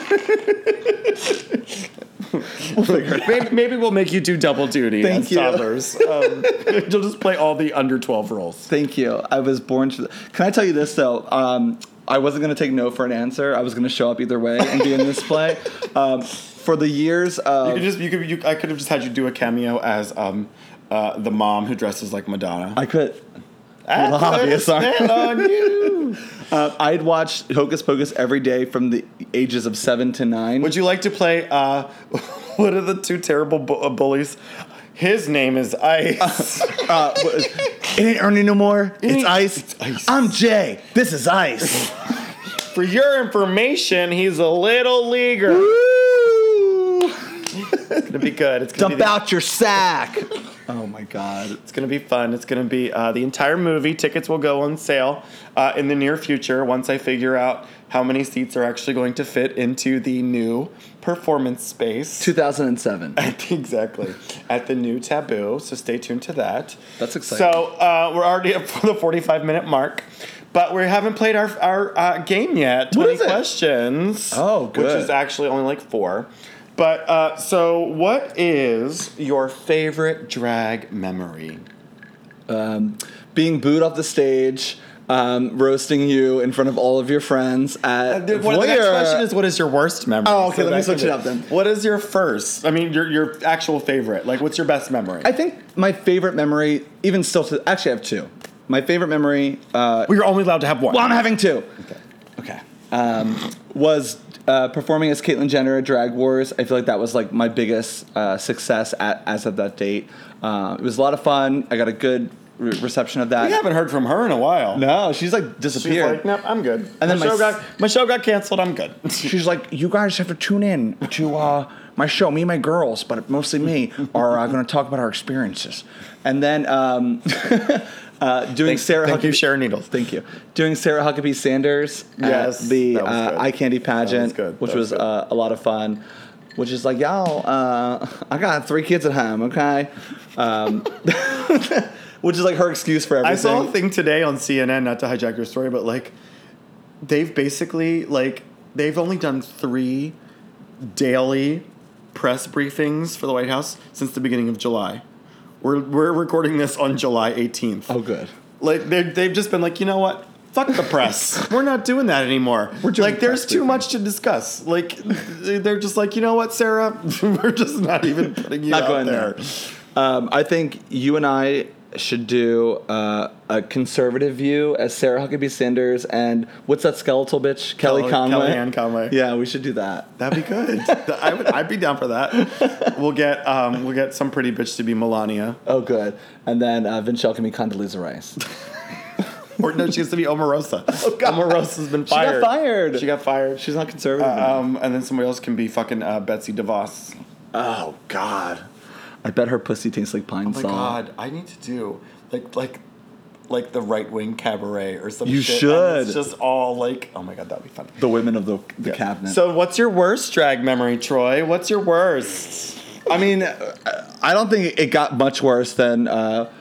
Speaker 1: maybe, maybe we'll make you do double duty
Speaker 2: Thank
Speaker 1: as
Speaker 2: you.
Speaker 1: toddlers. Um, [laughs] you'll just play all the under twelve roles.
Speaker 2: Thank you. I was born to. Can I tell you this though? Um, I wasn't going to take no for an answer. I was going to show up either way and be in this play. Um, for the years
Speaker 1: You
Speaker 2: of,
Speaker 1: could just you could you, I could have just had you do a cameo as um, uh, the mom who dresses like Madonna.
Speaker 2: I could.
Speaker 1: I
Speaker 2: well, obvious,
Speaker 1: [laughs]
Speaker 2: aren't
Speaker 1: stand on you.
Speaker 2: Uh, I'd watch Hocus Pocus every day from the ages of seven to nine.
Speaker 1: Would you like to play? Uh, [laughs] what are the two terrible bu- uh, bullies? His name is [laughs] Ice.
Speaker 2: uh, what- it ain't Ernie no more. It's ice. I'm Jay. This is [laughs] ice.
Speaker 1: For your information, he's a little leaguer.
Speaker 2: Woo!
Speaker 1: It's gonna be good. It's gonna
Speaker 2: Dump
Speaker 1: be the-
Speaker 2: out your sack. [laughs] Oh my god.
Speaker 1: It's going to be fun. It's going to be uh, the entire movie. Tickets will go on sale uh, in the near future once I figure out how many seats are actually going to fit into the new performance space.
Speaker 2: 2007.
Speaker 1: [laughs] exactly. At the new taboo. So stay tuned to that.
Speaker 2: That's exciting.
Speaker 1: So uh, we're already up for the 45 minute mark. But we haven't played our, our uh, game yet. 20
Speaker 2: What is it?
Speaker 1: questions.
Speaker 2: Oh,
Speaker 1: Which
Speaker 2: good.
Speaker 1: is actually only like four. But uh, so, what is your favorite drag memory?
Speaker 2: um, [laughs] being booed off the stage, um, roasting you in front of all of your friends at
Speaker 1: The, what, the next
Speaker 2: Voyeur.
Speaker 1: question is, what is your worst memory?
Speaker 2: Oh, okay, let me
Speaker 1: that
Speaker 2: switch
Speaker 1: can
Speaker 2: it
Speaker 1: be-
Speaker 2: up then.
Speaker 1: What is your first? I mean, your your actual favorite. Like, what's your best memory?
Speaker 2: I think my favorite memory, even still, to, actually, I have two. My favorite memory, uh,
Speaker 1: we are only allowed to have one.
Speaker 2: well, I'm having two,
Speaker 1: okay.
Speaker 2: was uh, performing as Caitlyn Jenner at Drag Wars. I feel like that was like my biggest uh, success at, as of that date. Uh, it was a lot of fun. I got a good re- reception of that.
Speaker 1: We haven't heard from her in a while.
Speaker 2: No, she's like
Speaker 1: She's
Speaker 2: disappeared.
Speaker 1: like, nope, I'm good.
Speaker 2: And then
Speaker 1: my show
Speaker 2: my s-
Speaker 1: got my show got canceled. I'm good.
Speaker 2: She's like, you guys have to tune in to uh, my show. Me and my girls, but mostly me, are uh, going to talk about our experiences. And then um, [laughs] uh, doing Sarah
Speaker 1: Thank you,
Speaker 2: Huckabee-
Speaker 1: Sharon Needles.
Speaker 2: Thank you. Doing Sarah Huckabee Sanders at
Speaker 1: Yes,
Speaker 2: the
Speaker 1: that was
Speaker 2: uh,
Speaker 1: good.
Speaker 2: Eye Candy
Speaker 1: That was
Speaker 2: pageant,
Speaker 1: good.
Speaker 2: which
Speaker 1: That was
Speaker 2: was,
Speaker 1: good.
Speaker 2: uh, a lot of fun. Which is like, y'all, uh, I got three kids at home, okay? Um, [laughs] which is like her excuse for everything.
Speaker 1: I saw a thing today on CNN. Not to hijack your story, but like, they've basically like they've only done three daily press briefings for the White House since the beginning of July. We're we're recording this on July 18th.
Speaker 2: Oh, good.
Speaker 1: Like they they've just been like, you know what? Fuck the press. [laughs] We're not doing that anymore.
Speaker 2: We're doing
Speaker 1: like there's
Speaker 2: press
Speaker 1: too
Speaker 2: briefing.
Speaker 1: much to discuss. Like they're just like, you know what, Sarah? [laughs] We're just not even putting you
Speaker 2: Not
Speaker 1: out
Speaker 2: going
Speaker 1: there.
Speaker 2: there. Um, I think you and I should do uh, a conservative view as Sarah Huckabee Sanders and what's that skeletal bitch Kelly
Speaker 1: Kelly-
Speaker 2: Conway?
Speaker 1: Kellyanne Conway.
Speaker 2: Yeah, we should do that.
Speaker 1: That'd be good. I would, I'd be down for
Speaker 2: [laughs]
Speaker 1: that. We'll get um, we'll get some pretty bitch to be Melania,
Speaker 2: Oh, good. And then uh, Vinchelle can be Condoleezza Rice.
Speaker 1: or no, she has to be
Speaker 2: [laughs]
Speaker 1: Omarosa. Omarosa's been
Speaker 2: Oh, got
Speaker 1: fired.
Speaker 2: fired.
Speaker 1: She got fired.
Speaker 2: She's not conservative. enough.
Speaker 1: Um, and then somebody else can be fucking uh, Betsy DeVos.
Speaker 2: oh God, I bet her pussy tastes like pine
Speaker 1: Oh my
Speaker 2: salt.
Speaker 1: god, I need to do like like like the right wing cabaret or something.
Speaker 2: You
Speaker 1: It's
Speaker 2: should.
Speaker 1: just all like oh my god, that'd be fun.
Speaker 2: The women of the, the cabinet.
Speaker 1: So what's your worst drag memory, Troy? What's your worst?
Speaker 2: I mean, uh, I don't think it got much worse than uh,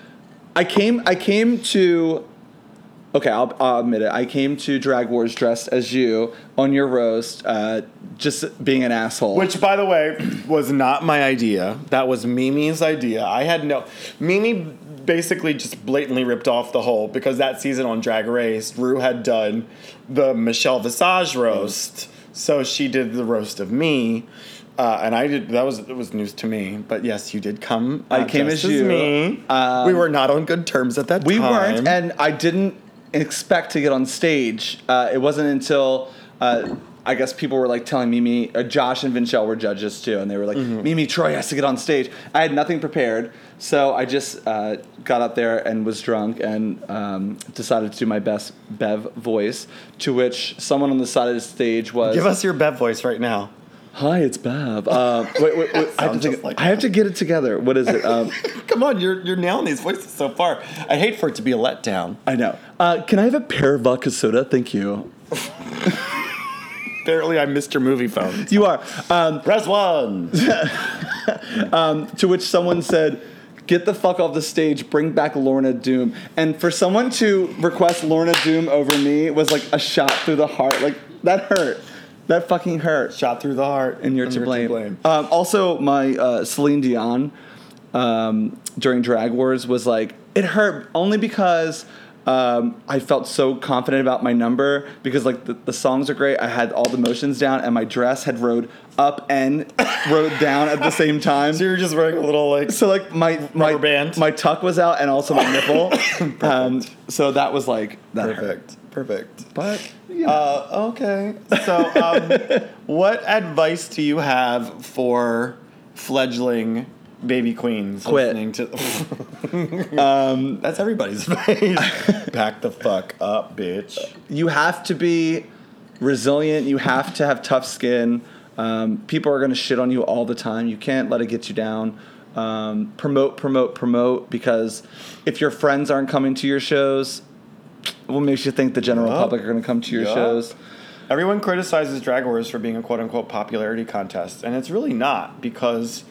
Speaker 2: I came. I came to. Okay, I'll, I'll admit it. I came to Drag Wars dressed as you on your roast, uh, just being an asshole.
Speaker 1: Which, by the way, [clears throat] was not my idea. That was Mimi's idea. I had no. Mimi basically just blatantly ripped off the whole because that season on Drag Race, Rue had done the Michelle Visage roast, so she did the roast of me. Uh, and I did. That was it was news to me. But yes, you did come.
Speaker 2: I
Speaker 1: uh,
Speaker 2: came
Speaker 1: dressed
Speaker 2: as you.
Speaker 1: me.
Speaker 2: Um,
Speaker 1: we were not on good terms at that
Speaker 2: we
Speaker 1: time.
Speaker 2: weren't, and I didn't expect to get on stage. Uh, it wasn't until uh, I guess people were like telling Mimi, uh, Josh and Vinchel were judges too, and they were like,
Speaker 1: Mm-hmm.
Speaker 2: Mimi Troy has to get on stage. I had nothing prepared, so I just uh, got up there and was drunk and um, decided to do my best Bev voice. To which someone on the side of the stage was,
Speaker 1: Give us your Bev voice right now.
Speaker 2: "Hi, it's Bev." Uh, wait, wait, wait, I, have to
Speaker 1: Sounds
Speaker 2: think-
Speaker 1: just like
Speaker 2: I have to get it together. What is it? Um,
Speaker 1: Come on, you're you're nailing these voices so far. I'd hate for it to be a letdown.
Speaker 2: I know. Uh, can I have a pair of vodka soda? Thank you.
Speaker 1: Apparently, I missed your movie phone.
Speaker 2: You are. Um,
Speaker 1: Press one.
Speaker 2: to which someone said, "Get the fuck off the stage. Bring back Lorna Doom." And for someone to request Lorna Doom over me was like a shot through the heart. Like that hurt. That fucking hurt.
Speaker 1: Shot through the heart,
Speaker 2: And you're, to, blame. Um, also, my uh, Celine Dion um, during Drag Wars was like it hurt only because. Um, I felt so confident about my number because like the, the songs are great. I had all the motions down, and my dress had rode up and rode down at
Speaker 1: [laughs]
Speaker 2: the same time.
Speaker 1: So you're just wearing a little like.
Speaker 2: So like my my
Speaker 1: Rubber band.
Speaker 2: my tuck was out and also
Speaker 1: [laughs]
Speaker 2: my nipple. um, so that was like that hurt.
Speaker 1: Perfect. Perfect.
Speaker 2: But
Speaker 1: Uh, okay. So, [laughs] um, what advice do you have for fledgling baby queens
Speaker 2: Quit.
Speaker 1: listening to? [laughs] um, That's everybody's advice. [laughs] Pack the fuck up, bitch.
Speaker 2: you have to be resilient. You have to have tough skin. Um, people are going to shit on you all the time. You can't let it get you down. Um, promote, promote, promote. Because if your friends aren't coming to your shows, what makes you think the general
Speaker 1: Yup.
Speaker 2: public are going to come to your
Speaker 1: Yup.
Speaker 2: shows?
Speaker 1: Everyone criticizes Drag Wars for being a quote unquote popularity contest, and it's really not because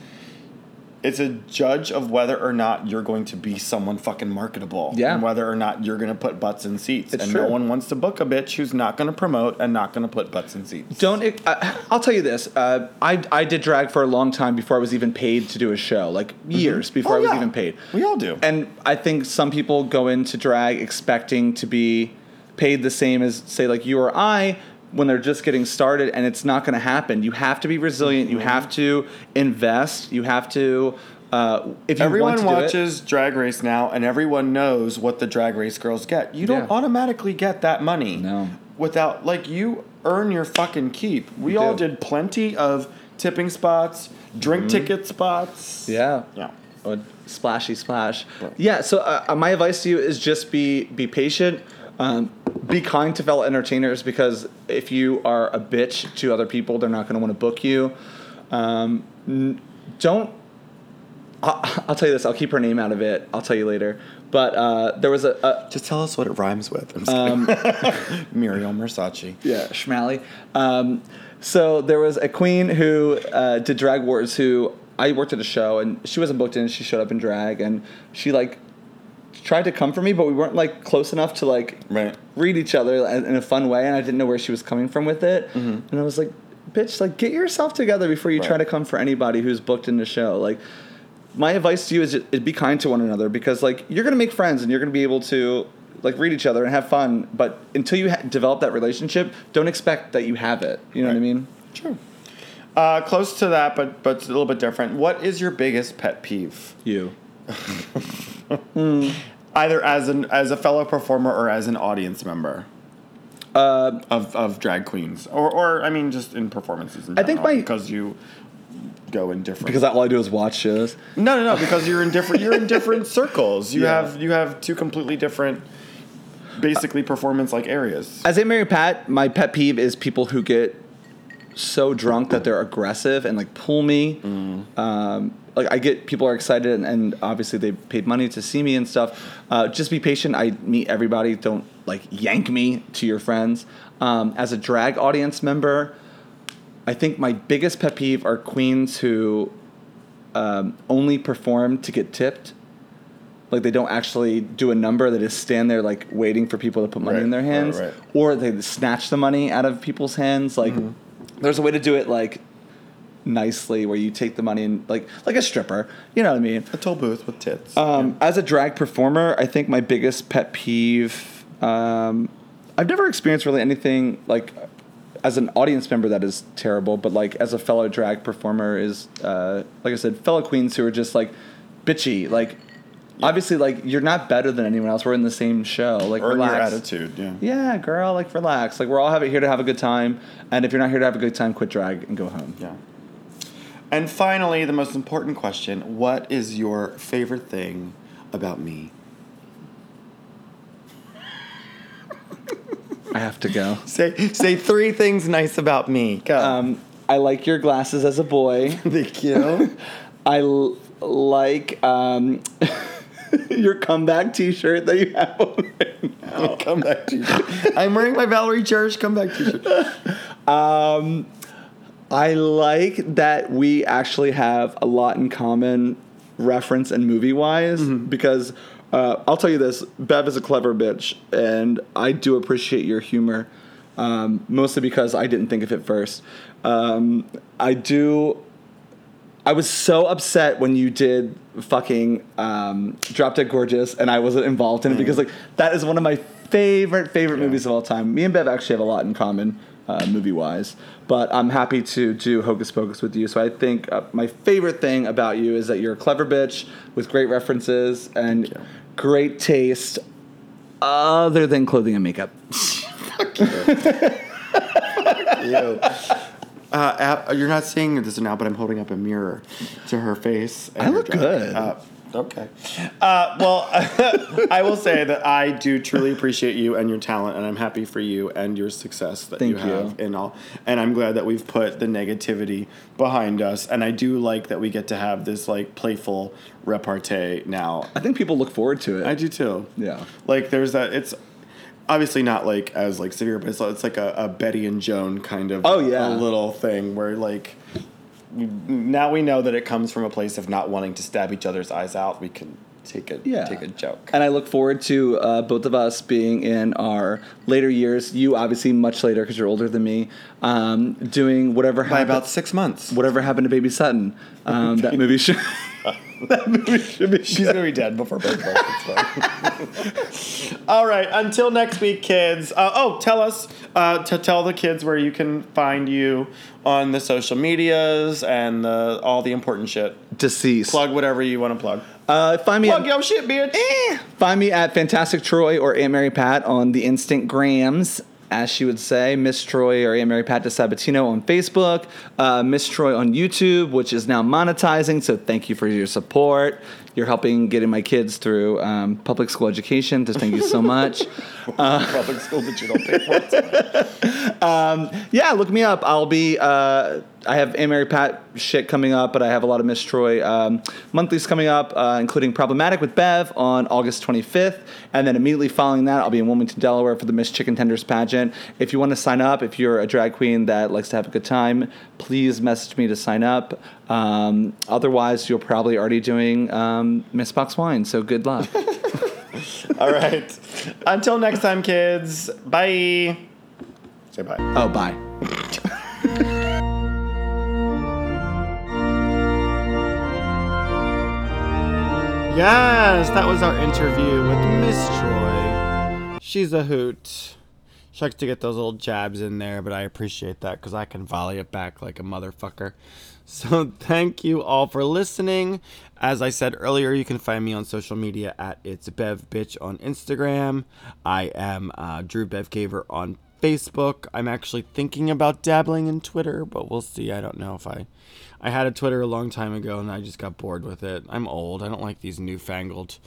Speaker 1: it's a judge of whether or not you're going to be someone fucking marketable.
Speaker 2: Yeah.
Speaker 1: And whether or not you're going to put butts in seats.
Speaker 2: It's
Speaker 1: and
Speaker 2: true.
Speaker 1: no one wants to book a bitch who's not going to promote and not going to put butts in seats.
Speaker 2: Don't. I, I'll tell you this. Uh, I I did drag for a long time before I was even paid to do a show. Like years before
Speaker 1: Oh,
Speaker 2: I was
Speaker 1: yeah.
Speaker 2: even paid.
Speaker 1: We all do.
Speaker 2: And I think some people go into drag expecting to be paid the same as say like you or I when they're just getting started and it's not going to happen. You have to be resilient.
Speaker 1: Mm-hmm.
Speaker 2: You have to invest. You have to. Uh, if you
Speaker 1: Everyone
Speaker 2: want to do it-
Speaker 1: watches Drag Race now, and everyone knows what the Drag Race girls get. You don't
Speaker 2: Yeah.
Speaker 1: automatically get that money.
Speaker 2: No.
Speaker 1: Without, like, you earn your fucking keep. We
Speaker 2: You
Speaker 1: all
Speaker 2: do. Mm-hmm.
Speaker 1: did plenty of tipping spots, drink ticket spots.
Speaker 2: yeah.
Speaker 1: Yeah.
Speaker 2: or splashy splash. Yeah. So uh, my advice to you is just be be patient. Um, be kind to fellow entertainers because if you are a bitch to other people, they're not going to want to book you. Um, n- don't. I, I'll tell you this. I'll keep her name out of it. I'll tell you later. But uh, there was a, a
Speaker 1: Just tell us what it rhymes with. I'm just
Speaker 2: Um, [laughs]
Speaker 1: kidding. Muriel Mersace.
Speaker 2: Yeah, Schmally. Um, so there was a queen who uh, did drag wars who I worked at a show and she wasn't booked in. She showed up in drag and she like tried to come for me, but we weren't like close enough to like
Speaker 1: Right.
Speaker 2: read each other in in a fun way. And I didn't know where she was coming from with it. And I was like, bitch, like get yourself together before you try
Speaker 1: Mm-hmm. Right.
Speaker 2: to come for anybody who's booked in the show. Like my advice to you is just, be kind to one another because like you're gonna make friends and you're gonna be able to like read each other and have fun but until you ha- develop that relationship don't expect that you have it you know what i
Speaker 1: Right.
Speaker 2: mean
Speaker 1: True. Uh, close to that, but but a little bit different. What is your biggest pet peeve?
Speaker 2: you
Speaker 1: either as an as a fellow performer or as an audience member of of drag queens, or or I mean, just in performances. In
Speaker 2: I think
Speaker 1: general,
Speaker 2: my-
Speaker 1: because you go in different
Speaker 2: because all i do is watch shows
Speaker 1: no no no because you're in different you're in different circles. You
Speaker 2: Yeah.
Speaker 1: have you have two completely different, basically performance like areas.
Speaker 2: as a mary pat my pet peeve is people who get so drunk that they're aggressive and like pull me um, like i get people are excited and, and obviously they paid money to see me and stuff uh, just be patient i meet everybody don't like yank me to your friends um, as a drag audience member i think my biggest pet peeve are queens who um, only perform to get tipped like they don't actually do a number they just stand there like waiting for people to put money
Speaker 1: Right,
Speaker 2: in their
Speaker 1: right,
Speaker 2: hands
Speaker 1: right. Mm-hmm.
Speaker 2: or they snatch the money out of people's hands. Like, there's a way to do it like nicely, where you take the money and like like a stripper. You know what I mean?
Speaker 1: A toll booth with tits.
Speaker 2: Um, As a drag performer, I think my biggest pet peeve. Um, I've never experienced really anything like as an audience member that is terrible, but like as a fellow drag performer is uh, like I said, fellow queens who are just like bitchy, like Obviously, like you're not better than anyone else. We're in the same show. Like
Speaker 1: Earn your
Speaker 2: relax.
Speaker 1: attitude. Yeah.
Speaker 2: Yeah, girl, like relax. Like we're all have here to have a good time. And if you're not here to have a good time, quit drag and go home.
Speaker 1: Yeah. And finally, the most important question What is your favorite thing about me?
Speaker 2: I have to go.
Speaker 1: Say, say three things nice about me. Go.
Speaker 2: Um, I like your glasses as a
Speaker 1: [laughs]
Speaker 2: boy.
Speaker 1: Thank you.
Speaker 2: I l- like um, [laughs] your comeback T-shirt that you have. [laughs] on right now.
Speaker 1: Come back to you. Oh. [laughs] I'm wearing my Valerie Church come back [laughs] to you.
Speaker 2: Um, I like that we actually have a lot in common, reference and movie wise, because uh, I'll tell you this: Bev is a clever bitch, and I do appreciate your humor, um, mostly because I didn't think of it first. Um, I do. I was so upset when you did fucking um, Drop Dead Gorgeous, and I wasn't involved in it because like that is one of my favorite favorite movies of all time. Me and Bev actually have a lot in common, uh, movie wise. But I'm happy to do Hocus Pocus with you. So I think uh, my favorite thing about you is that you're a clever bitch with great references and great taste, other than clothing and makeup.
Speaker 1: you. Uh, Ab- you're not seeing this now, but I'm holding up a mirror to her face. and
Speaker 2: I look
Speaker 1: her dress.
Speaker 2: good.
Speaker 1: Uh, okay. Uh, well, [laughs] I will say that I do truly appreciate you and your talent, and I'm happy for you and your success that you
Speaker 2: Thank you.
Speaker 1: have in all. And I'm glad that we've put the negativity behind us. And I do like that we get to have this like playful repartee now.
Speaker 2: I think people look forward to it.
Speaker 1: I do too.
Speaker 2: Yeah.
Speaker 1: Like there's that. It's obviously not like as like severe, but it's, it's like a, a Betty and Joan kind of.
Speaker 2: Oh, yeah.
Speaker 1: A little thing where like. we- Now we know that it comes from a place of not wanting to stab each other's eyes out. We can take a
Speaker 2: yeah.
Speaker 1: take a joke.
Speaker 2: And I look forward to uh, both of us being in our later years. You obviously much later because you're older than me. Um, doing whatever
Speaker 1: By
Speaker 2: happened,
Speaker 1: about six months,
Speaker 2: whatever happened to Baby Sutton. Um, that movie should that movie should be
Speaker 1: she's gonna be dead before birth. [laughs] All right. Until next week, kids. Uh, oh, tell us uh, to tell the kids where you can find you on the social medias and the, all the important shit.
Speaker 2: [laughs] deceased.
Speaker 1: Plug whatever you want to plug.
Speaker 2: Uh, find me
Speaker 1: Plug
Speaker 2: at,
Speaker 1: your shit, bitch.
Speaker 2: find me at Fantastic Troy or Aunt Mary Pat on the Instant Grams. As she would say, Miss Troy or Aunt Mary Pat DeSabatino on Facebook, uh, Miss Troy on YouTube, which is now monetizing. So thank you for your support. You're helping getting my kids through um, public school education. Just thank you so much.
Speaker 1: Public school that you don't pay for.
Speaker 2: yeah, look me up. I'll be. Uh, I have Aunt Mary Pat shit coming up, but I have a lot of Miss Troy um, monthlies coming up, uh, including Problematic with Bev on August 25th, and then immediately following that, I'll be in Wilmington, Delaware for the Miss Chicken Tenders pageant. If you want to sign up, if you're a drag queen that likes to have a good time, please message me to sign up. Um, otherwise, you're probably already doing um, Miss Box Wine. So good luck.
Speaker 1: [laughs] All right. Until next time, kids. Bye. Say bye.
Speaker 2: oh, bye.
Speaker 3: Yes, that was our interview with Miss Troy. She's a hoot. She likes to get those little jabs in there, but I appreciate that because I can volley it back like a motherfucker. [laughs] So thank you all for listening. As I said earlier, you can find me on social media at it's Bev Bitch on Instagram. I am uh, Drew Bevcaver on Facebook. I'm actually thinking about dabbling in Twitter, but we'll see. I don't know if I. I had a Twitter a long time ago, and I just got bored with it. I'm old. I don't like these newfangled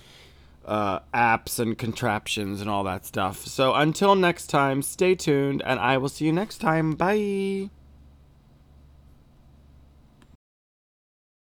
Speaker 3: uh, apps and contraptions and all that stuff. So until next time, stay tuned, and I will see you next time. Bye.